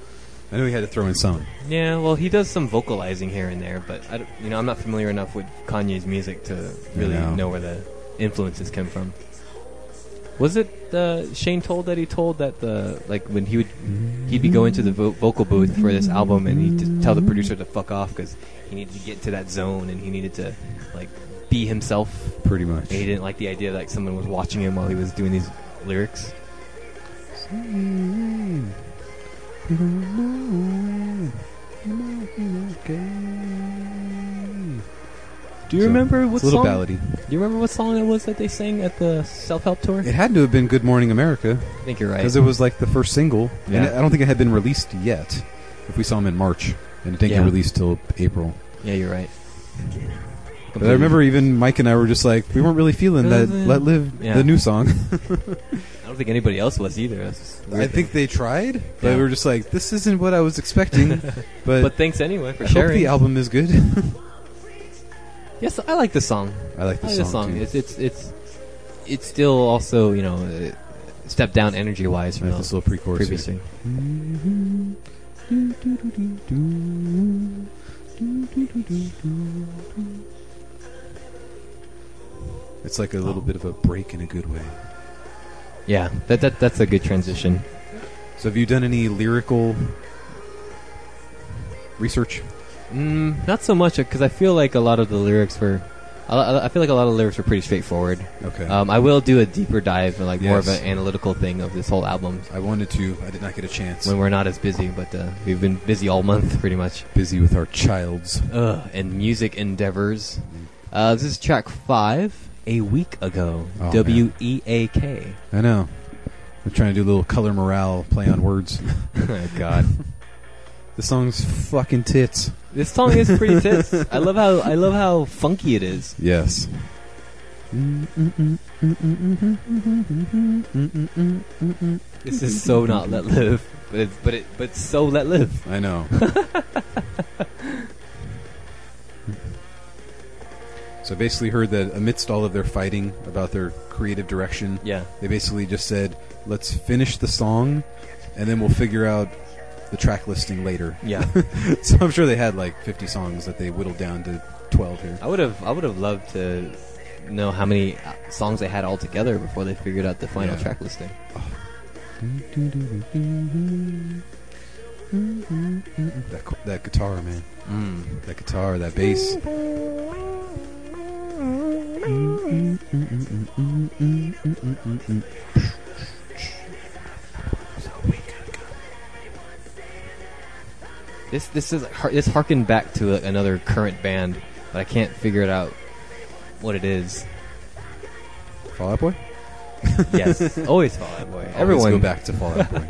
Speaker 1: I know he had to throw in some.
Speaker 2: Yeah, well, he does some vocalizing here and there, but I don't- you know, I'm not familiar enough with Kanye's music to really
Speaker 1: No.
Speaker 2: know where the influences come from. Was it uh, Shane told that he told that the like when he would he'd be going to the vo- vocal booth for this album and he'd just tell the producer to fuck off because he needed to get to that zone and he needed to like be himself
Speaker 1: Pretty much.
Speaker 2: And he didn't like the idea that like, someone was watching him while he was doing these lyrics.
Speaker 1: Well,
Speaker 2: Do you
Speaker 1: So,
Speaker 2: remember what
Speaker 1: It's a little
Speaker 2: song?
Speaker 1: ballady.
Speaker 2: Do you remember what song it was that they sang at the self help tour?
Speaker 1: It had to have been "Good Morning America"
Speaker 2: I think you're right.
Speaker 1: because it was like the first single, and
Speaker 2: Yeah.
Speaker 1: I don't think it had been released yet. If we saw him in March, and it didn't
Speaker 2: Yeah.
Speaker 1: get released till April.
Speaker 2: yeah, you're right.
Speaker 1: But I remember even Mike and I were just like we weren't really feeling that
Speaker 2: Doesn't-
Speaker 1: "Let Live"
Speaker 2: Yeah.
Speaker 1: the new song.
Speaker 2: I don't think anybody else was either. That's a weird
Speaker 1: I
Speaker 2: thing.
Speaker 1: think they tried, but
Speaker 2: Yeah.
Speaker 1: we were just like this isn't what I was expecting. But,
Speaker 2: But thanks anyway for
Speaker 1: I hope
Speaker 2: sharing.
Speaker 1: the album is good.
Speaker 2: yes, I like the song.
Speaker 1: I like the
Speaker 2: I like
Speaker 1: song.
Speaker 2: the song.
Speaker 1: too.
Speaker 2: It's it's it's it's still also you know uh, step down energy wise
Speaker 1: I
Speaker 2: from
Speaker 1: like this
Speaker 2: the
Speaker 1: little pre-chorus. here.
Speaker 2: previous thing.
Speaker 1: It's like a little bit of a break in a good way.
Speaker 2: Yeah, that, that that's a good transition.
Speaker 1: So, have you done any lyrical research?
Speaker 2: Mm, not so much because I feel like a lot of the lyrics were, I- I, I feel like a lot of the lyrics were pretty straightforward.
Speaker 1: Okay.
Speaker 2: Um, I will do a deeper dive and like more of
Speaker 1: Yes.
Speaker 2: an analytical thing of this whole album
Speaker 1: I wanted to. I did not get a chance.
Speaker 2: when we're not as busy, but uh, we've been busy all month pretty much.
Speaker 1: busy with our childs.
Speaker 2: Ugh, and music endeavors. Uh, this is track five. A week ago,
Speaker 1: Oh, man.
Speaker 2: W E A K.
Speaker 1: I know. We're trying to do a little color morale play on words.
Speaker 2: Oh God,
Speaker 1: the song's fucking tits.
Speaker 2: this song is pretty tits. I love how I love how funky it is.
Speaker 1: Yes.
Speaker 2: This is so not let live, but it's, but it but so let live.
Speaker 1: I know. so I basically heard that amidst all of their fighting about their creative direction,
Speaker 2: Yeah.
Speaker 1: they basically just said, "Let's finish the song, and then we'll figure out the track listing later."
Speaker 2: Yeah,
Speaker 1: so I'm sure they had like 50 songs that they whittled down to 12 here.
Speaker 2: I would have. I would have loved to know how many uh, songs they had all together before they figured out the final
Speaker 1: Yeah.
Speaker 2: track listing.
Speaker 1: That qu- that guitar, man.
Speaker 2: Mm.
Speaker 1: That guitar, that bass.
Speaker 2: This this is har- this harkened back to a, another current band, but I can't figure it out what it is.
Speaker 1: Fall Out Boy.
Speaker 2: Yes, always Fall Out Boy.
Speaker 1: Always
Speaker 2: Everyone
Speaker 1: go back to Fall Out Boy.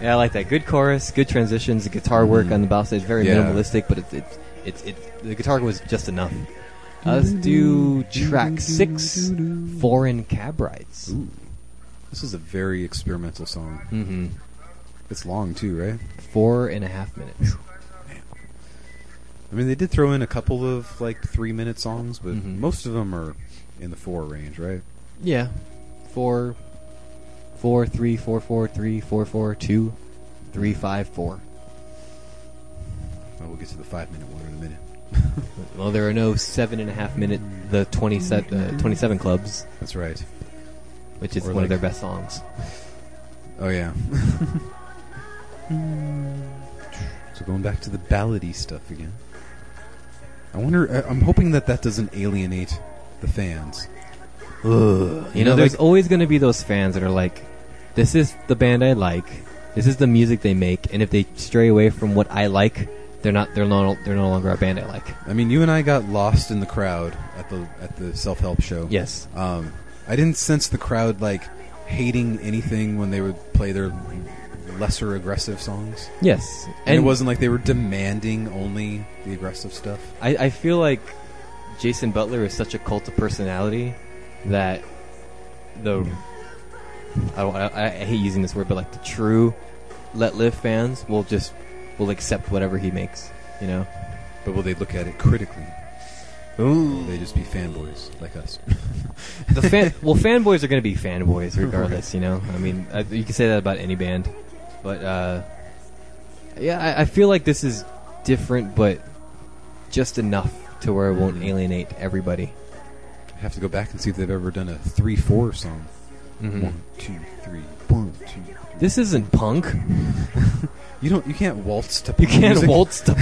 Speaker 2: Yeah, I like that. Good chorus, good transitions, the guitar work
Speaker 1: Mhm.
Speaker 2: on the bow stage, very
Speaker 1: Yeah.
Speaker 2: minimalistic, but it's it's it's it, the guitar was just enough. Uh, let's do track six, foreign cab rides.
Speaker 1: Ooh. This is a very experimental song.
Speaker 2: hmm
Speaker 1: It's long too, right?
Speaker 2: Four and a half minutes.
Speaker 1: I mean, they did throw in a couple of like three-minute songs, but
Speaker 2: Mhm.
Speaker 1: most of them are in the four range, right?
Speaker 2: Yeah, four, four, three, four, four, three, four, four, two, three, five, four.
Speaker 1: Oh, Well, we'll get to the five-minute one in a minute.
Speaker 2: Well, there are no seven and a half minute the 27, uh, 27 clubs,
Speaker 1: That's right.
Speaker 2: which is
Speaker 1: Or
Speaker 2: one
Speaker 1: like-
Speaker 2: of their best songs.
Speaker 1: Oh yeah. so going back to the ballady stuff again. I wonder. I, I'm hoping that that doesn't alienate the fans. Ugh.
Speaker 2: You know, there's always going to be those fans that are like, this is the band I like, this is the music they make, and if they stray away from what I like, they're not they're no they're no longer a band I like.
Speaker 1: I mean, you and I got lost in the crowd at the at the self-help show.
Speaker 2: Yes.
Speaker 1: Um, I didn't sense the crowd like hating anything when they would play their lesser aggressive songs.
Speaker 2: Yes.
Speaker 1: And, it wasn't like they were demanding only the aggressive stuff.
Speaker 2: I, I feel like Jason Butler is such a cult of personality that the I don't I, I hate using this word, but like the true Let Live fans will just will accept whatever he makes. You know.
Speaker 1: But will they look at it critically?
Speaker 2: Ooh.
Speaker 1: They just be fanboys like us.
Speaker 2: The fan well, fanboys are going to be fanboys regardless. You know. I mean, I, you can say that about any band, but uh, yeah, I, I feel like this is different, but just enough to where it won't alienate everybody.
Speaker 1: I have to go back and see if they've ever done a three-four song.
Speaker 2: Mm-hmm.
Speaker 1: One, two, three. One, two. Three.
Speaker 2: This isn't punk.
Speaker 1: You don't. You can't waltz to.
Speaker 2: You can't
Speaker 1: music.
Speaker 2: waltz to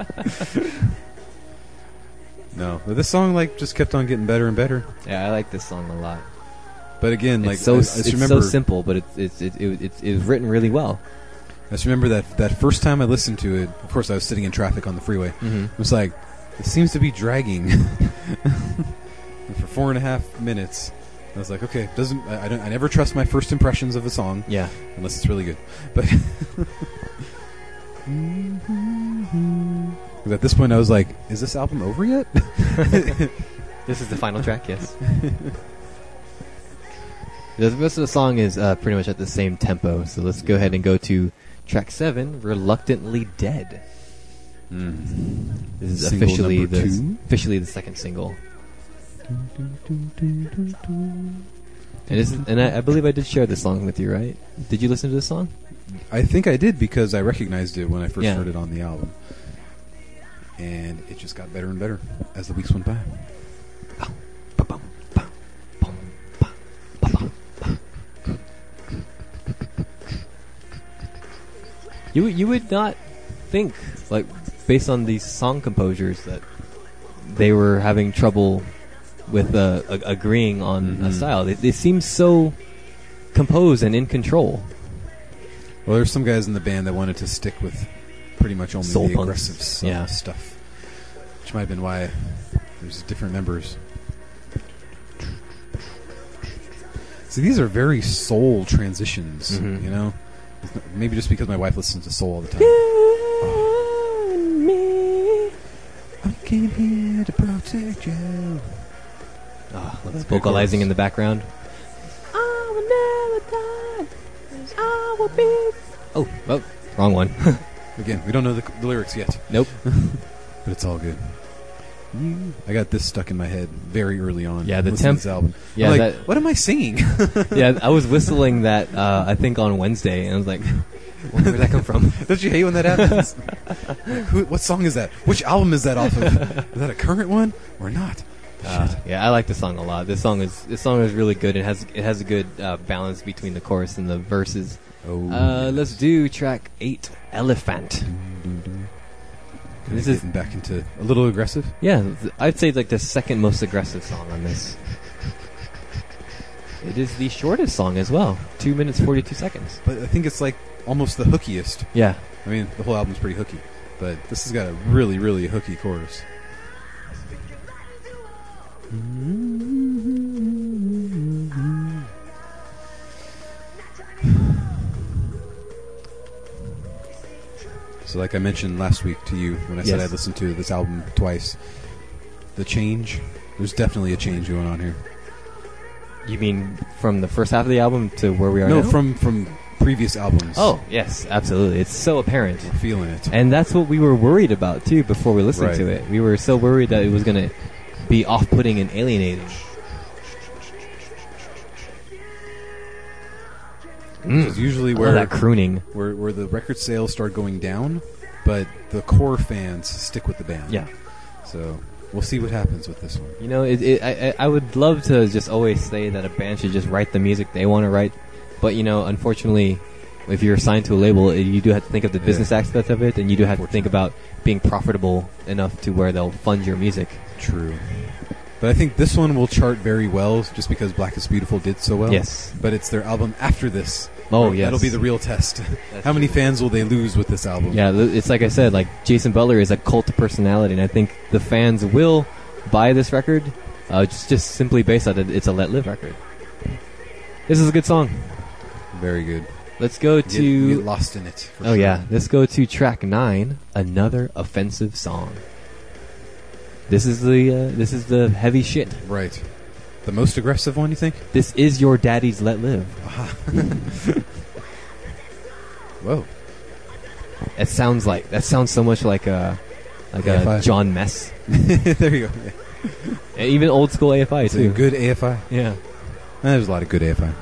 Speaker 2: punk.
Speaker 1: No, but this song like just kept on getting better and better.
Speaker 2: yeah, I like this song a lot.
Speaker 1: But again, like
Speaker 2: it's so
Speaker 1: I, I
Speaker 2: it's
Speaker 1: just remember,
Speaker 2: so simple, but it's it's it, it, it's it was written really well.
Speaker 1: I just remember that that first time I listened to it. Of course, I was sitting in traffic on the freeway.
Speaker 2: Mm-hmm.
Speaker 1: It was like, It seems to be dragging. And for four and a half minutes, I was like, okay, doesn't I, I don't I never trust my first impressions of a song
Speaker 2: Yeah.
Speaker 1: unless it's really good. But 'Cause at this point, I was like, is this album over yet?
Speaker 2: This is the final track, yes. the rest of the song is uh, pretty much at the same tempo, so let's go ahead and go to track seven, Reluctantly Dead. Mm. This is
Speaker 1: Single
Speaker 2: officially
Speaker 1: number
Speaker 2: the
Speaker 1: two?
Speaker 2: officially the second single. And this is, and I, I believe I did share this song with you, right? Did you listen to this song?
Speaker 1: I think I did because I recognized it when I first
Speaker 2: Yeah.
Speaker 1: heard it on the album. And it just got better and better as the weeks went by.
Speaker 2: You would- you would not think like based on these song composers that they were having trouble with uh, a- agreeing on a
Speaker 1: Mhm.
Speaker 2: style. They, they seem so composed and in control.
Speaker 1: Well, there's some guys in the band that wanted to stick with pretty much only
Speaker 2: Soul
Speaker 1: the
Speaker 2: punk.
Speaker 1: aggressive s-
Speaker 2: Yeah.
Speaker 1: stuff, which might have been why there's different members. See, these are very soul transitions,
Speaker 2: Mhm.
Speaker 1: you know. It's not- Maybe just because my wife listens to soul all the time. I came here to protect you.
Speaker 2: Ah,
Speaker 1: That's
Speaker 2: let's vocalizing
Speaker 1: cool.
Speaker 2: in the background. I will never die. I will be. Oh, oh, wrong one.
Speaker 1: Again, we don't know the, c- the lyrics yet,
Speaker 2: nope.
Speaker 1: but it's all good. I got this stuck in my head very early on.
Speaker 2: Yeah, the
Speaker 1: listening
Speaker 2: temp-
Speaker 1: to this album. I'm
Speaker 2: Yeah,
Speaker 1: like,
Speaker 2: that,
Speaker 1: what am I singing?
Speaker 2: yeah. I was whistling that uh, I think on Wednesday, and I was like, "Where did that come from?"
Speaker 1: Don't you hate when that happens? Like, who, what song is that? Which album is that off of? Is that a current one or not?
Speaker 2: Uh, yeah, I like this song a lot. This song is this song is really good. It has it has a good uh, balance between the chorus and the verses.
Speaker 1: Oh,
Speaker 2: Uh, let's do track eight, Elephant.
Speaker 1: this is
Speaker 2: this is-
Speaker 1: getting back into a little aggressive.
Speaker 2: Yeah, th- I'd say like the second most aggressive song on this. It is the shortest song as well, two minutes forty two seconds.
Speaker 1: But I think it's like almost the hookiest.
Speaker 2: Yeah,
Speaker 1: I mean, the whole album's pretty hooky, but this has got a really, really hooky chorus. So, like I mentioned last week to you when I said I
Speaker 2: Yes.
Speaker 1: listened to this album twice, the change. There's definitely a change going on here.
Speaker 2: you mean from the first half of the album to where we are
Speaker 1: No,
Speaker 2: now?
Speaker 1: from from previous albums.
Speaker 2: oh yes, absolutely. It's so apparent.
Speaker 1: we're feeling it.
Speaker 2: And that's what we were worried about too before we listened
Speaker 1: Right.
Speaker 2: to it. We were so worried that it was going to be off-putting and alienating.
Speaker 1: Which is usually
Speaker 2: Where
Speaker 1: where
Speaker 2: mm. Oh, that crooning.
Speaker 1: where, where the record sales start going down, but the core fans stick with the band.
Speaker 2: Yeah.
Speaker 1: So we'll see what happens with this one.
Speaker 2: You know, it, it, I, I- I would love to just always say that a band should just write the music they want to write, but you know, unfortunately, if you're signed to a label, it- you do have to think of the
Speaker 1: Yeah.
Speaker 2: business aspect of it, and you do have to think about being profitable enough to where they'll fund your music.
Speaker 1: True. But I think this one will chart very well just because Black is Beautiful did so well.
Speaker 2: Yes.
Speaker 1: But it's their album after this.
Speaker 2: Oh,
Speaker 1: yeah.
Speaker 2: yes.
Speaker 1: That'll be the real test. How many fans will they lose with this album?
Speaker 2: Yeah, th- it's like I said, like Jason Butler is a cult personality, and I think the fans will buy this record uh, just just simply based on it. It's a Let Live record. This is a good song.
Speaker 1: Very good.
Speaker 2: Let's go
Speaker 1: You get, you get
Speaker 2: to
Speaker 1: lost in it. for
Speaker 2: oh
Speaker 1: sure.
Speaker 2: yeah, let's go to track nine. Another offensive song. This is the uh, this is the heavy shit.
Speaker 1: Right. The most aggressive one, you think?
Speaker 2: This is your daddy's Let Live.
Speaker 1: Whoa.
Speaker 2: That sounds like that sounds so much like a like
Speaker 1: AFI.
Speaker 2: a John Mess,
Speaker 1: there you go.
Speaker 2: and even old school AFI
Speaker 1: It's a
Speaker 2: too.
Speaker 1: good AFI.
Speaker 2: yeah.
Speaker 1: There's a lot of good AFI.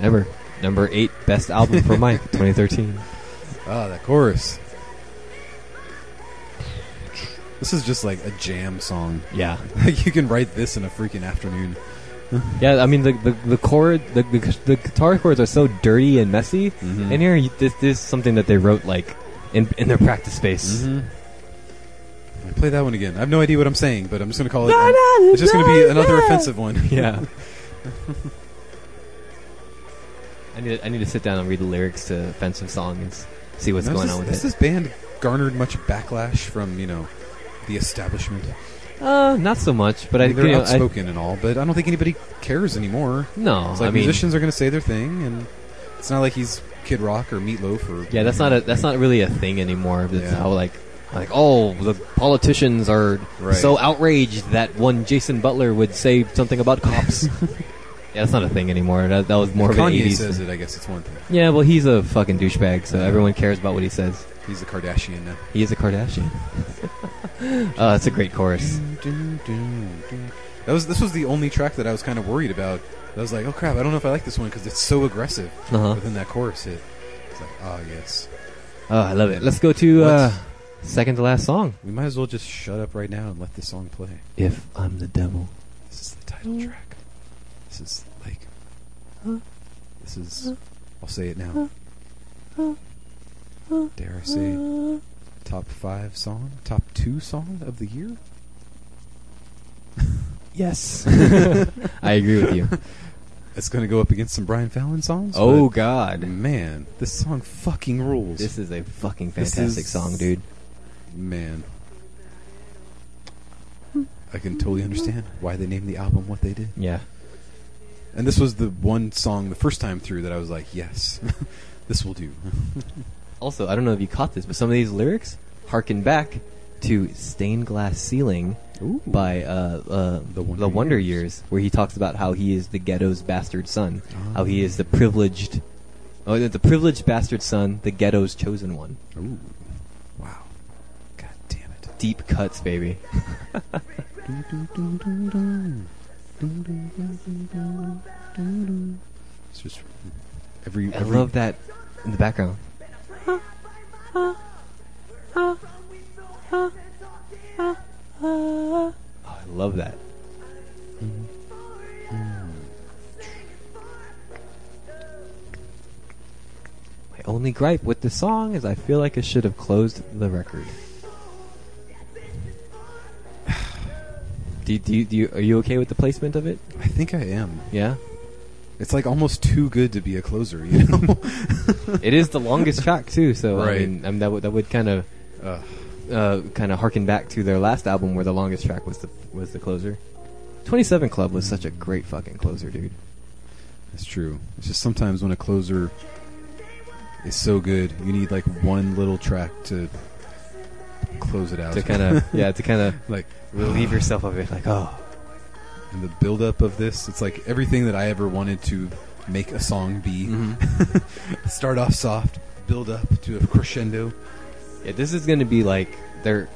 Speaker 2: Ever. Number eight, best album for Mike, 2013.
Speaker 1: Ah, that chorus. This is just like a jam song.
Speaker 2: Yeah,
Speaker 1: Like you can write this in a freaking afternoon.
Speaker 2: yeah. I mean, the the the chord, the the, the guitar chords are so dirty and messy.
Speaker 1: Mhm.
Speaker 2: And here, you- this, this is something that they wrote like in in their practice space.
Speaker 1: Mm-hmm. Play that one again. I have no idea what I'm saying, but I'm just gonna call it. it's just gonna be another offensive one.
Speaker 2: Yeah. I need to- I need to sit down and read the lyrics to offensive songs, see what's
Speaker 1: Has
Speaker 2: going
Speaker 1: this,
Speaker 2: on with
Speaker 1: has
Speaker 2: it.
Speaker 1: this band garnered much backlash from you know the establishment.
Speaker 2: Uh, not so much, but I,
Speaker 1: I mean, they're
Speaker 2: you know, I-
Speaker 1: outspoken and all, but I don't think anybody cares anymore.
Speaker 2: no,
Speaker 1: It's like
Speaker 2: I mean,
Speaker 1: musicians are going to say their thing, and it's not like he's Kid Rock or Meatloaf or
Speaker 2: yeah, that's not a that's not really a thing anymore. That's
Speaker 1: Yeah.
Speaker 2: how like like oh the politicians are
Speaker 1: Right.
Speaker 2: so outraged that one Jason Butler would say something about cops. yeah, that's not a thing anymore. That, that was more
Speaker 1: If
Speaker 2: of an
Speaker 1: Kanye
Speaker 2: 80s.
Speaker 1: says it. I guess it's one thing.
Speaker 2: Yeah, well, he's a fucking douchebag, so everyone cares about what he says.
Speaker 1: He's the Kardashian now.
Speaker 2: He is a Kardashian. uh, that's a great chorus.
Speaker 1: That was this was the only track that I was kind of worried about. I was like, oh crap, I don't know if I like this one because it's so aggressive
Speaker 2: Uh-huh.
Speaker 1: within that chorus hit. It's like, ah yes,
Speaker 2: Oh, I love it. Let's go to uh, second to last song.
Speaker 1: we might as well just shut up right now and let this song play.
Speaker 2: If I'm the devil.
Speaker 1: This is the title track. This is like, this is. I'll say it now. Dare I say, top five song, top two song of the year?
Speaker 2: Yes. I agree with you.
Speaker 1: It's going to go up against some Brian Fallon songs.
Speaker 2: Oh
Speaker 1: but
Speaker 2: God,
Speaker 1: man, this song fucking rules.
Speaker 2: this is a fucking
Speaker 1: This
Speaker 2: fantastic
Speaker 1: is-
Speaker 2: song, dude.
Speaker 1: Man. I can totally understand why they named the album what they did.
Speaker 2: Yeah.
Speaker 1: And this was the one song the first time through that I was like, yes, this will do.
Speaker 2: Also, I don't know if you caught this, but some of these lyrics harken back to "Stained Glass Ceiling"
Speaker 1: Ooh.
Speaker 2: by uh, uh,
Speaker 1: The Wonder
Speaker 2: Years. where he talks about how he is the ghetto's bastard son,
Speaker 1: Ah.
Speaker 2: how he is the privileged, oh, the privileged bastard son, the ghetto's chosen one.
Speaker 1: Ooh. Wow. God damn it.
Speaker 2: Deep cuts, baby.
Speaker 1: It's just every,
Speaker 2: I
Speaker 1: every
Speaker 2: love that in the background. Oh, I love that. Mm-hmm. My only gripe with the song is I feel like I should have closed the record. Do, do, you, do you, are you okay with the placement of it?
Speaker 1: I think I am.
Speaker 2: Yeah,
Speaker 1: It's like almost too good to be a closer, you know?
Speaker 2: it is the longest track too. So
Speaker 1: Right.
Speaker 2: I mean, I mean that would that would kind of
Speaker 1: Ugh.
Speaker 2: uh, kind of harken back to their last album where the longest track was the was the closer. Twenty Seven Club was such a great fucking closer, dude.
Speaker 1: That's true. It's just sometimes when a closer is so good, you need like one little track to close it out.
Speaker 2: To kind of yeah, to kind of
Speaker 1: like
Speaker 2: relieve yourself of it, like oh
Speaker 1: and the build up of this, it's like everything that I ever wanted to make a song be. Start off soft, build up to a crescendo.
Speaker 2: yeah, this is gonna be like their.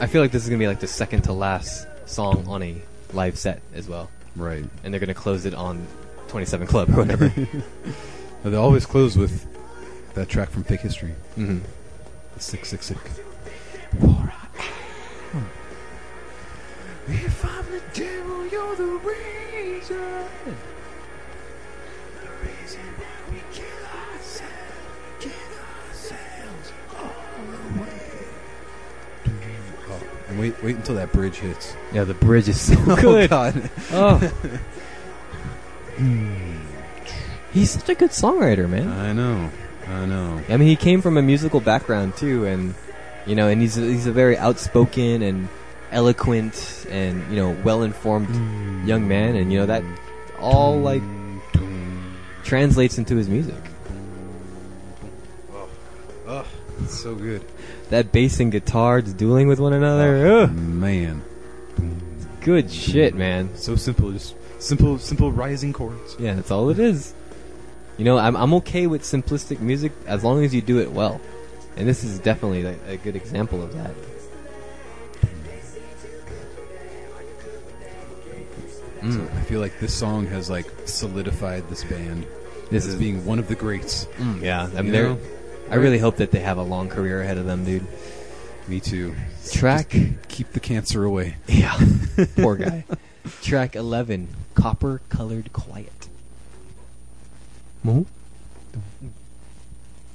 Speaker 2: I feel like this is gonna be like the second to last song on a live set as well,
Speaker 1: Right.
Speaker 2: and they're gonna close it on Twenty Seven Club or whatever.
Speaker 1: They always close with that track from Fake History.
Speaker 2: hmm
Speaker 1: The sick, sick, sick. If I'm the devil, you're the reason. The reason why we kill ourselves, kill ourselves all the way. Oh, and wait, wait until that bridge hits.
Speaker 2: Yeah, the bridge is so
Speaker 1: Oh
Speaker 2: good.
Speaker 1: God!
Speaker 2: Oh. Hmm. He's such a good songwriter, man.
Speaker 1: I know, I know.
Speaker 2: I mean, he came from a musical background too, and you know, and he's he's a very outspoken and eloquent and you know well-informed young man, and you know that all like translates into his music.
Speaker 1: Oh, it's so good. Oh,
Speaker 2: That bass and guitar just dueling with one another. Ugh.
Speaker 1: Man,
Speaker 2: good shit, man.
Speaker 1: so simple. Just simple, simple rising chords.
Speaker 2: Yeah, that's all it is. You know, I'm I'm okay with simplistic music as long as you do it well, and this is definitely a, a good example of that. Mm.
Speaker 1: So I feel like this song has like solidified this band.
Speaker 2: This
Speaker 1: as
Speaker 2: is- Mm,
Speaker 1: being one of the greats.
Speaker 2: yeah, I mean,
Speaker 1: You
Speaker 2: they're.
Speaker 1: know?
Speaker 2: I really hope that they have a long career ahead of them, dude.
Speaker 1: Me too.
Speaker 2: Track,
Speaker 1: Keep the cancer away.
Speaker 2: yeah, poor guy. Track eleven, copper colored quiet.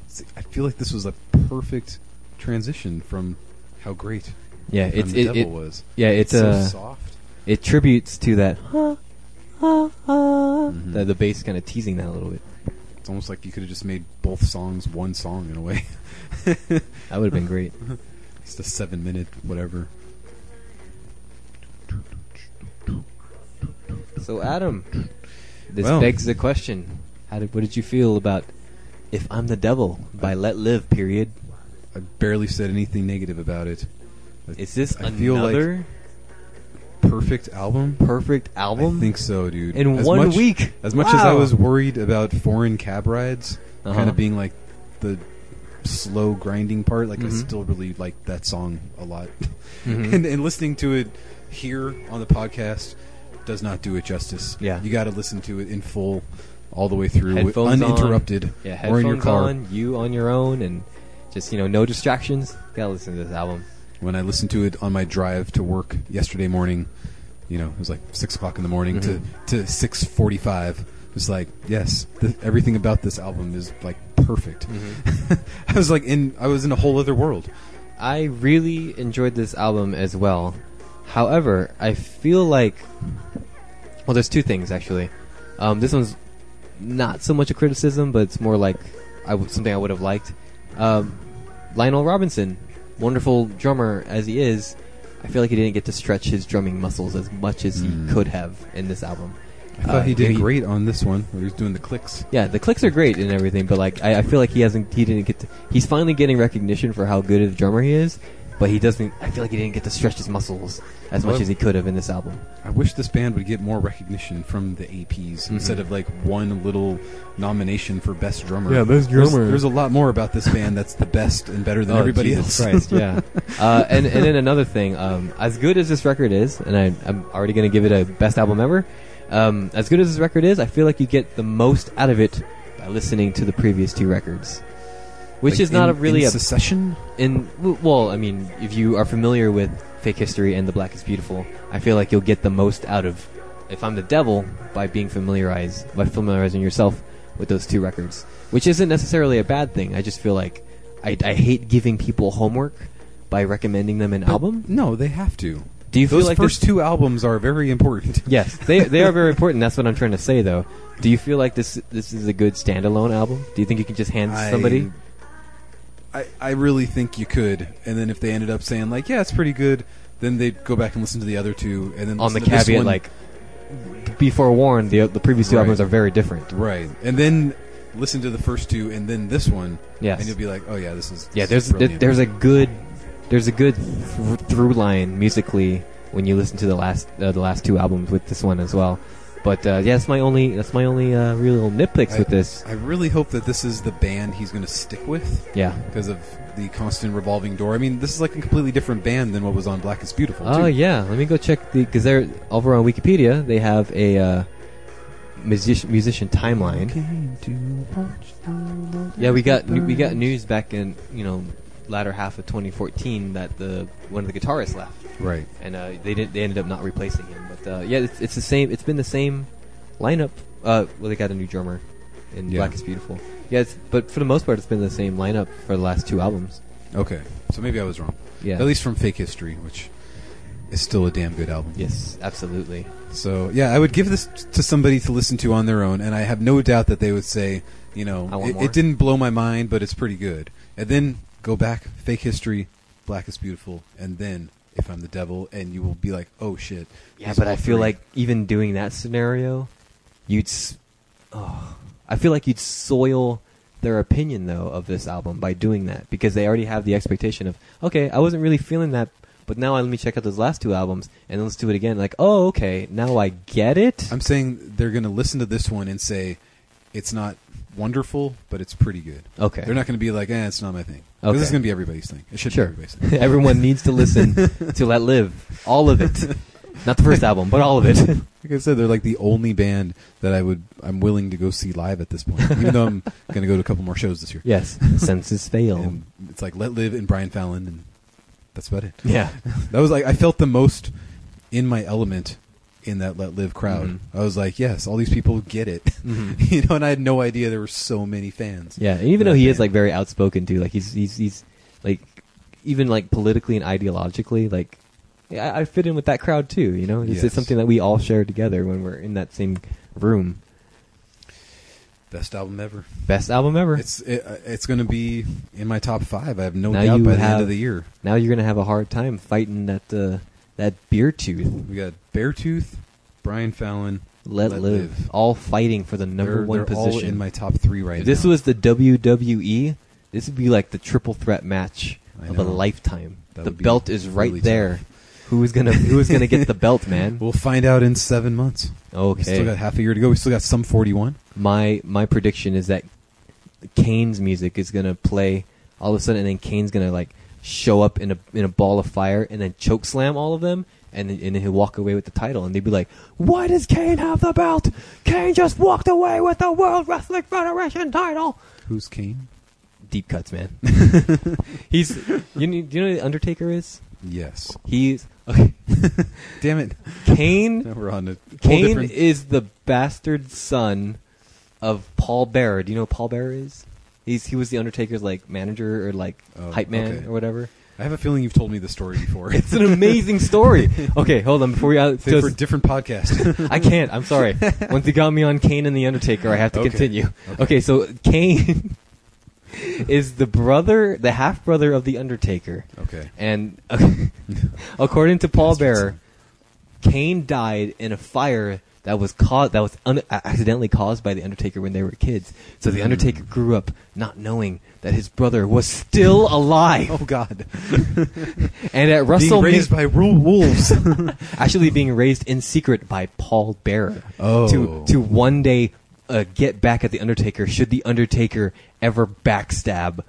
Speaker 1: See, I feel like this was a perfect transition from how great
Speaker 2: Yeah,
Speaker 1: From
Speaker 2: it's
Speaker 1: the
Speaker 2: it,
Speaker 1: Devil
Speaker 2: it
Speaker 1: was.
Speaker 2: yeah it's
Speaker 1: so
Speaker 2: uh,
Speaker 1: soft.
Speaker 2: it tributes to that. huh, huh, huh. The, the bass kind of teasing that a little bit.
Speaker 1: It's almost like you could have just made both songs one song in a way.
Speaker 2: That would have been great.
Speaker 1: It's a seven minute whatever.
Speaker 2: So Adam, this
Speaker 1: Well.
Speaker 2: begs the question: How did what did you feel about "If I'm the Devil" by Let Live? Period.
Speaker 1: I barely said anything negative about it.
Speaker 2: Is this
Speaker 1: I feel like-
Speaker 2: another
Speaker 1: Perfect album.
Speaker 2: perfect album?
Speaker 1: I think so, dude.
Speaker 2: In
Speaker 1: As
Speaker 2: one
Speaker 1: much-
Speaker 2: week.
Speaker 1: As much as I
Speaker 2: Wow.
Speaker 1: was worried about foreign cab rides,
Speaker 2: Uh-huh.
Speaker 1: kind of being like the slow grinding part, like I
Speaker 2: Mhm.
Speaker 1: still really liked that song a lot.
Speaker 2: Mhm.
Speaker 1: and, and listening to it here on the podcast does not do it justice.
Speaker 2: Yeah.
Speaker 1: You got to listen to it in full, all the way through, with-
Speaker 2: Headphones on.
Speaker 1: uninterrupted,
Speaker 2: yeah,
Speaker 1: or in your
Speaker 2: headphones
Speaker 1: car.
Speaker 2: on, you on your own, and just you know, no distractions. Gotta listen to this album.
Speaker 1: When I listened to it on my drive to work yesterday morning, you know, it was like six o'clock in the morning
Speaker 2: Mm-hmm.
Speaker 1: to to six forty-five. It was like, yes, th- everything about this album is like
Speaker 2: Mm-hmm.
Speaker 1: perfect. I was like in, I was in a whole other world.
Speaker 2: I really enjoyed this album as well. However, I feel like well, there's two things actually. Um, this one's not so much a criticism, but it's more like I w- something I would have liked. Um, Lionel Robinson, wonderful drummer as he is, I feel like he didn't get to stretch his drumming muscles as much as he could have in this album.
Speaker 1: I
Speaker 2: Uh,
Speaker 1: thought he did great on this one, where he was doing the clicks.
Speaker 2: Yeah, the clicks are great and everything, but like I, I feel like he hasn't, he didn't get. To, he's finally getting recognition for how good of a drummer he is, but he doesn't. I feel like he didn't get to stretch his muscles as much
Speaker 1: Well-
Speaker 2: as he could have in this album.
Speaker 1: I wish this band would get more recognition from the APs
Speaker 2: Mm-hmm.
Speaker 1: instead of like one little nomination for best drummer.
Speaker 2: Yeah, best
Speaker 1: There's-
Speaker 2: drummer.
Speaker 1: There's, a lot more about this band that's the best and better than
Speaker 2: Oh,
Speaker 1: everybody
Speaker 2: Jesus
Speaker 1: else.
Speaker 2: Christ, yeah. uh, and and then another thing, um, as good as this record is, and I, I'm already going to give it a best album ever. Um, as good as this record is, I feel like you get the most out of it by listening to the previous two records, which
Speaker 1: Like,
Speaker 2: is not
Speaker 1: in-
Speaker 2: a really
Speaker 1: in
Speaker 2: a
Speaker 1: secession.
Speaker 2: in w- well, I mean, if you are familiar with Fake History and The Black is Beautiful, I feel like you'll get the most out of If I'm the Devil by being familiarized by familiarizing yourself with those two records, which isn't necessarily a bad thing. I just feel like I, I hate giving people homework by recommending them an album.
Speaker 1: No, they have to.
Speaker 2: Do you feel
Speaker 1: Those
Speaker 2: like
Speaker 1: first
Speaker 2: this-
Speaker 1: two albums are very important.
Speaker 2: Yes, they they are very important. That's what I'm trying to say, though. Do you feel like this this is a good standalone album? Do you think you can just hand
Speaker 1: I-
Speaker 2: somebody?
Speaker 1: I, I really think you could. And then if they ended up saying like, yeah, it's pretty good, then they'd go back and listen to the other two, and then
Speaker 2: on the
Speaker 1: listen to this
Speaker 2: caveat,
Speaker 1: one.
Speaker 2: like, be forewarned, the the previous two
Speaker 1: Right.
Speaker 2: albums are very different.
Speaker 1: right, and then listen to the first two, and then this one,
Speaker 2: Yes.
Speaker 1: and you'll be like, oh yeah, this is
Speaker 2: Yeah,
Speaker 1: this
Speaker 2: there's
Speaker 1: is
Speaker 2: there,
Speaker 1: brilliant.
Speaker 2: there's a good there's a good th- through line musically when you listen to the last uh, the last two albums with this one as well. But uh, yeah, that's my only that's my only uh, real nitpicks
Speaker 1: I-
Speaker 2: with this.
Speaker 1: I really hope that this is the band he's going to stick with
Speaker 2: Yeah.
Speaker 1: because of the constant revolving door. I mean, this is like a completely different band than what was on Black is Beautiful.
Speaker 2: Oh
Speaker 1: too.
Speaker 2: yeah, let me go check the because they're over on Wikipedia. They have a uh, musician musician timeline. Yeah, we got we got news back in you know latter half of 2014 that the one of the guitarists left.
Speaker 1: right.
Speaker 2: and uh, they did, they ended up not replacing him. But uh, yeah, it's, it's the same. It's been the same lineup. Uh, well, they got a new drummer in
Speaker 1: Yeah.
Speaker 2: Black is Beautiful. Yeah, it's, but for the most part, it's been the same lineup for the last two albums.
Speaker 1: Okay, so maybe I was wrong.
Speaker 2: Yeah.
Speaker 1: At least from Fake History, which is still a damn good album.
Speaker 2: Yes, absolutely.
Speaker 1: So yeah, I would give this to somebody to listen to on their own, and I have no doubt that they would say, you
Speaker 2: I
Speaker 1: know,
Speaker 2: want
Speaker 1: it,
Speaker 2: more.
Speaker 1: it didn't blow my mind, but it's pretty good. And then go back, Fake History, Black is Beautiful, and then If I'm the Devil, and you will be like, oh shit.
Speaker 2: Yeah,
Speaker 1: these
Speaker 2: but
Speaker 1: all
Speaker 2: I feel
Speaker 1: three-
Speaker 2: like even doing that scenario, you'd. S- oh, I feel like you'd soil their opinion though of this album by doing that because they already have the expectation of okay, I wasn't really feeling that, but now uh, let me check out those last two albums and let's do it again. Like, oh, okay, now I get it.
Speaker 1: I'm saying they're going to listen to this one and say it's not wonderful, but it's pretty good.
Speaker 2: Okay.
Speaker 1: They're not going to be like, eh, it's not my thing. 'Cause
Speaker 2: Okay.
Speaker 1: This is going to be everybody's thing. It should be
Speaker 2: Sure.
Speaker 1: everybody's thing.
Speaker 2: Everyone needs to listen to Let Live. All of it. Not the first album, but all of it.
Speaker 1: Like I said, they're like the only band that I would I'm willing to go see live at this point. Even though I'm going to go to a couple more shows this year.
Speaker 2: yes. Senses fail.
Speaker 1: And it's like Let Live and Brian Fallon, and that's about it.
Speaker 2: Yeah.
Speaker 1: That was like I felt the most in my element in that Let Live crowd.
Speaker 2: Mhm.
Speaker 1: I was like, yes, all these people get it,
Speaker 2: Mhm.
Speaker 1: you know. And I had no idea there were so many fans.
Speaker 2: Yeah. And even
Speaker 1: for
Speaker 2: though
Speaker 1: that
Speaker 2: he is
Speaker 1: band.
Speaker 2: like very outspoken too, like he's he's he's like even like politically and ideologically, like yeah, I, I fit in with that crowd too, you know? It's,
Speaker 1: Yes.
Speaker 2: it's something that we all share together when we're in that same room.
Speaker 1: best album ever.
Speaker 2: Best album ever.
Speaker 1: It's it, uh, it's going to be in my top five. I have no
Speaker 2: Now
Speaker 1: doubt
Speaker 2: you
Speaker 1: by the
Speaker 2: have-
Speaker 1: end of the year.
Speaker 2: now you're gonna have a hard time fighting that uh, that beer tooth.
Speaker 1: We got Beartooth, Brian Fallon,
Speaker 2: Let,
Speaker 1: Let
Speaker 2: live.
Speaker 1: Live.
Speaker 2: All fighting for the number
Speaker 1: they're,
Speaker 2: one
Speaker 1: they're all
Speaker 2: position.
Speaker 1: in my top three right
Speaker 2: if this
Speaker 1: now.
Speaker 2: was the WWE, this would be like the triple threat match
Speaker 1: I
Speaker 2: of a
Speaker 1: know.
Speaker 2: lifetime.
Speaker 1: That
Speaker 2: the
Speaker 1: would be
Speaker 2: belt is right
Speaker 1: really
Speaker 2: there. Who's gonna Who's gonna get the belt, man?
Speaker 1: We'll find out in seven months. We
Speaker 2: Okay.
Speaker 1: still got half a year to go. We still got some 41.
Speaker 2: my my prediction is that Kane's music is gonna play all of a sudden, and then Kane's gonna like show up in a in a ball of fire, and then choke slam all of them, and then, and then he'll walk away with the title, and they'd be like, "Why does Kane have the belt? Kane just walked away with the World Wrestling Federation title."
Speaker 1: Who's Kane?
Speaker 2: Deep cuts, man. He's you know, do you know who the Undertaker is?
Speaker 1: Yes.
Speaker 2: He's okay.
Speaker 1: Damn it.
Speaker 2: Kane.
Speaker 1: Now we're on a whole
Speaker 2: Kane
Speaker 1: different.
Speaker 2: is the bastard son of Paul Bearer. Do you know who Paul Bearer is? He's he was the Undertaker's like manager or like
Speaker 1: Oh,
Speaker 2: hype man
Speaker 1: okay.
Speaker 2: or whatever.
Speaker 1: I have a feeling you've told me the story before.
Speaker 2: It's an amazing story. Okay, hold on before we out.
Speaker 1: Say for
Speaker 2: just-
Speaker 1: a different podcast.
Speaker 2: I can't. I'm sorry. Once you got me on Kane and the Undertaker, I have to
Speaker 1: Okay.
Speaker 2: continue. Okay, so Kane is the brother, the half brother of the Undertaker,
Speaker 1: okay.
Speaker 2: and according to Paul Bearer, Kane died in a fire that was caused that was un- accidentally caused by the Undertaker when they were kids. So the Undertaker grew up not knowing that his brother was still alive.
Speaker 1: Oh God.
Speaker 2: and at
Speaker 1: Being raised
Speaker 2: WrestleMania,
Speaker 1: by ru- wolves.
Speaker 2: actually being raised in secret by Paul Bearer
Speaker 1: Oh.
Speaker 2: to to one day uh, get back at the Undertaker should the Undertaker ever backstab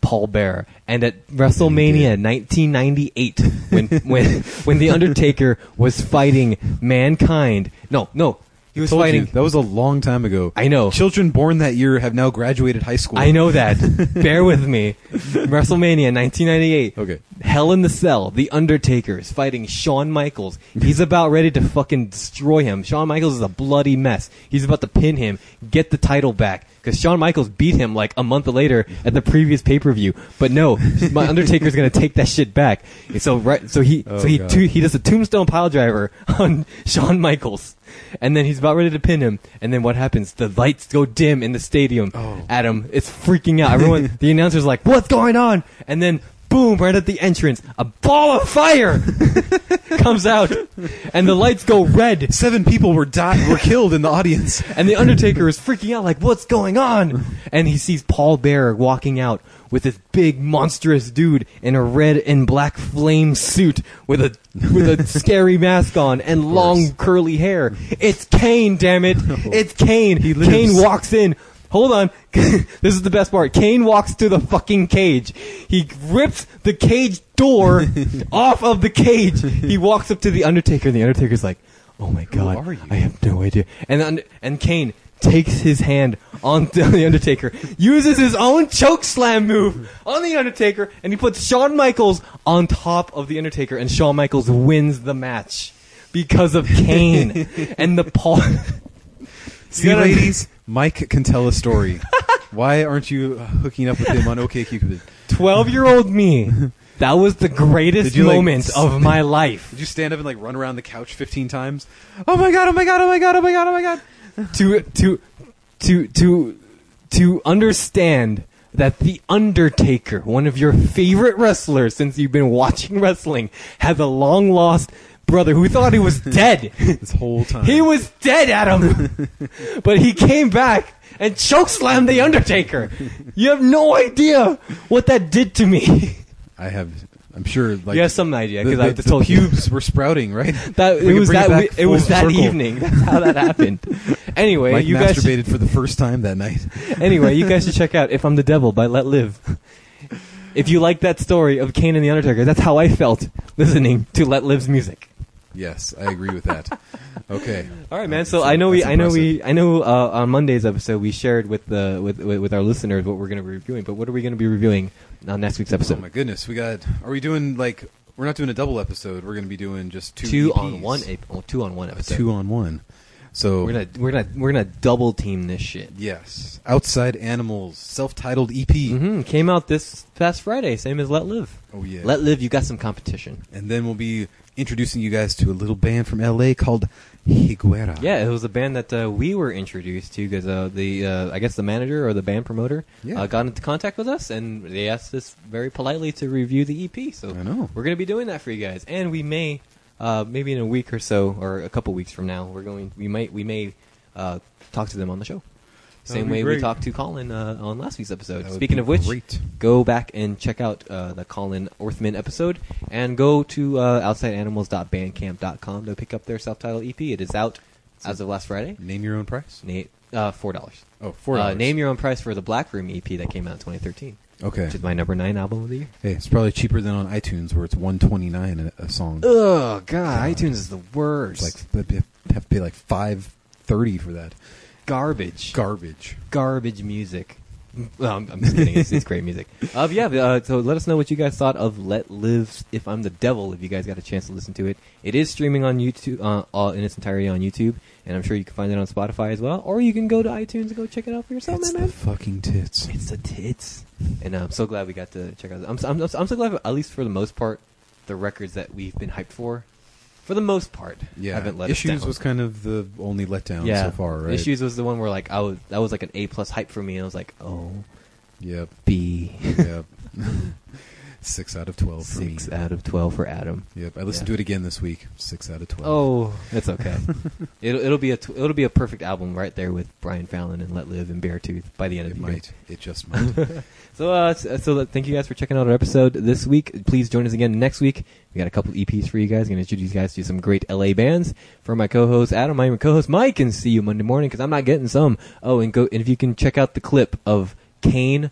Speaker 2: Paul Bearer. And at WrestleMania 1998, when when when the Undertaker was fighting Mankind, no, no, he was
Speaker 1: Told you,
Speaker 2: fighting.
Speaker 1: that was a long time ago.
Speaker 2: I know.
Speaker 1: Children born that year have now graduated high school.
Speaker 2: I know that. Bear with me. WrestleMania 1998.
Speaker 1: Okay.
Speaker 2: Hell in the Cell. The Undertaker is fighting Shawn Michaels. He's about ready to fucking destroy him. Shawn Michaels is a bloody mess. He's about to pin him, get the title back. Because Shawn Michaels beat him like a month later at the previous pay per view, but no, my Undertaker's gonna take that shit back. And so right, so he,
Speaker 1: Oh,
Speaker 2: so he,
Speaker 1: God.
Speaker 2: tu- he does a tombstone pile driver on Shawn Michaels, and then he's about ready to pin him. And then what happens? The lights go dim in the stadium.
Speaker 1: Oh.
Speaker 2: Adam, it's freaking out. Everyone, the announcer's like, "What's going on?" And then, boom! Right at the entrance, a ball of fire comes out, and the lights go red.
Speaker 1: Seven people were died were killed in the audience.
Speaker 2: And the Undertaker is freaking out, like, "What's going on?" And he sees Paul Bearer walking out with this big, monstrous dude in a red and black flame suit with a with a scary mask on and long curly hair. It's Kane, damn it! It's Kane. He
Speaker 1: lives.
Speaker 2: Kane walks in. Hold on. this is the best part. Kane walks to the fucking cage. He rips the cage door off of the cage. He walks up to the Undertaker, and the Undertaker's like, "Oh my god,
Speaker 1: are you?"
Speaker 2: I have no idea." And the Und- and Kane takes his hand on the Undertaker, uses his own choke slam move on the Undertaker, and he puts Shawn Michaels on top of the Undertaker, and Shawn Michaels wins the match because of Kane and the Paul.
Speaker 1: See,
Speaker 2: gotta-
Speaker 1: ladies, Mike can tell a story. Why aren't you uh, hooking up with him on OKCupid?
Speaker 2: 12 year old me. That was the greatest
Speaker 1: Did you, like,
Speaker 2: moment
Speaker 1: s-
Speaker 2: of my life.
Speaker 1: Did you stand up and like run around the couch fifteen times? Oh my god! Oh my god! Oh my god! Oh my god! Oh my god!
Speaker 2: to to to to to understand that the Undertaker, one of your favorite wrestlers since you've been watching wrestling, has a long lost brother who thought he was dead.
Speaker 1: This whole time
Speaker 2: he was dead, Adam. but he came back and chokeslammed the Undertaker. You have no idea what that did to me.
Speaker 1: I have. I'm sure. Like
Speaker 2: you have some idea
Speaker 1: the,
Speaker 2: because
Speaker 1: the-
Speaker 2: um, I
Speaker 1: the
Speaker 2: just told you.
Speaker 1: pubes were sprouting, right?
Speaker 2: That
Speaker 1: We
Speaker 2: it
Speaker 1: could
Speaker 2: was
Speaker 1: bring
Speaker 2: that
Speaker 1: back
Speaker 2: we- it was
Speaker 1: full
Speaker 2: that
Speaker 1: circle.
Speaker 2: evening. That's how that happened. Anyway,
Speaker 1: Mike
Speaker 2: you guys. Should,
Speaker 1: masturbated for the first time that night.
Speaker 2: anyway, you guys should check out "If I'm the Devil" by Let Live. If you like that story of Kane and the Undertaker, that's how I felt listening to Let Live's music.
Speaker 1: Yes, I agree with that. Okay.
Speaker 2: All right, man.
Speaker 1: That's-
Speaker 2: So I know we,
Speaker 1: that's
Speaker 2: I know
Speaker 1: impressive.
Speaker 2: we, I know uh, on Monday's episode we shared with the with with, with our listeners what we're going to be reviewing. But what are we going to be reviewing on next week's
Speaker 1: Oh
Speaker 2: episode?
Speaker 1: my goodness, we got. Are we doing like? We're not doing a double episode. We're going to be doing just two.
Speaker 2: two
Speaker 1: EPs.
Speaker 2: on one, ep- oh, two on one episode.
Speaker 1: Two on one. So
Speaker 2: We're gonna we're gonna we're gonna double team this shit.
Speaker 1: yes, outside animals, self-titled E EP.
Speaker 2: hmm Came out this past Friday, same as Let Live.
Speaker 1: Oh yeah.
Speaker 2: Let Live, you got some competition.
Speaker 1: and then we'll be introducing you guys to a little band from LA called Higuera.
Speaker 2: Yeah, it was a band that uh, we were introduced to because uh, the uh, I guess the manager or the band promoter
Speaker 1: Yeah.
Speaker 2: uh, got into contact with us and they asked us very politely to review the EP. So
Speaker 1: I know.
Speaker 2: we're gonna be doing that for you guys, and we may uh, maybe in a week or so, or a couple weeks from now, we're going. We might we may uh, talk to them on the show.
Speaker 1: That would
Speaker 2: Same
Speaker 1: be
Speaker 2: way we
Speaker 1: great.
Speaker 2: talked to Colin uh, on last week's episode.
Speaker 1: That would
Speaker 2: Speaking
Speaker 1: be
Speaker 2: of which,
Speaker 1: great.
Speaker 2: go back and check out uh, the Colin Orthman episode, and go to uh, outsideanimals.bandcamp.com to pick up their self-titled EP. It is out as of last Friday.
Speaker 1: Name your own price.
Speaker 2: Na- uh, Four dollars.
Speaker 1: Oh, $4.
Speaker 2: Uh, name your own price for the Black Room EP that came out in 2013,
Speaker 1: Okay.
Speaker 2: which is my number nine album of the year.
Speaker 1: Hey, it's probably cheaper than on iTunes where it's one twenty nine a, a song.
Speaker 2: Oh God, iTunes is the worst.
Speaker 1: It's like they'd have to pay like five thirty for that
Speaker 2: garbage.
Speaker 1: garbage.
Speaker 2: garbage music. Well, I'm, I'm just kidding. It's, it's great music. Uh, but yeah, but, uh, so let us know what you guys thought of "Let Live If I'm the Devil." If you guys got a chance to listen to it, it is streaming on YouTube uh, all in its entirety on YouTube, and I'm sure you can find it on Spotify as well, or you can go to iTunes and go check it out for yourself,
Speaker 1: it's
Speaker 2: man.
Speaker 1: the fucking tits.
Speaker 2: It's the tits, and uh, I'm so glad we got to check out. I'm, so- I'm, so- I'm so glad, at least for the most part, the records that we've been hyped for, for the most part,
Speaker 1: Yeah,
Speaker 2: haven't let us
Speaker 1: issues
Speaker 2: down
Speaker 1: was kind of the only letdown so far, right?
Speaker 2: issues was the one where like I was that was like an A plus hype for me, and I was like, oh,
Speaker 1: Yep.
Speaker 2: B
Speaker 1: Yep. Six out of twelve for
Speaker 2: six
Speaker 1: me.
Speaker 2: out of twelve for Adam.
Speaker 1: Yep. I listened
Speaker 2: Yeah.
Speaker 1: to it again this week. Six out of twelve.
Speaker 2: Oh, that's okay. it'll it'll be a tw- it'll be a perfect album right there with Brian Fallon and Let Live and Beartooth by the end
Speaker 1: it
Speaker 2: of the
Speaker 1: might. It just might.
Speaker 2: So uh, s- so that- thank you guys for checking out our episode this week. Please join us again next week. We got a couple EPs for you guys. Going to introduce you guys to some great LA bands. For my co-host Adam, I'm your co-host Mike, and see you Monday morning because I'm not getting some. Oh, and go and if you can check out the clip of Kane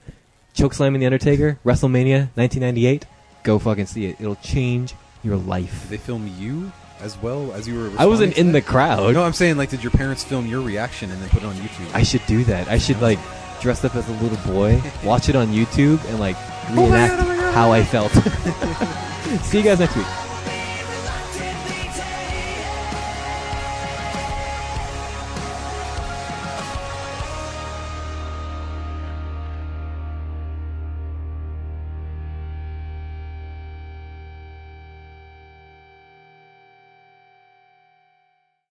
Speaker 2: chokeslamming the Undertaker WrestleMania 1998. Go fucking see it. It'll change your life.
Speaker 1: Did they film you as well as you were?
Speaker 2: I
Speaker 1: responding
Speaker 2: wasn't in
Speaker 1: to
Speaker 2: the crowd.
Speaker 1: that? No, I'm saying like, did your parents film your reaction and then put it on YouTube?
Speaker 2: I should do that. I should like dress up as a little boy, watch it on YouTube, and like reenact how I felt. See you guys next week.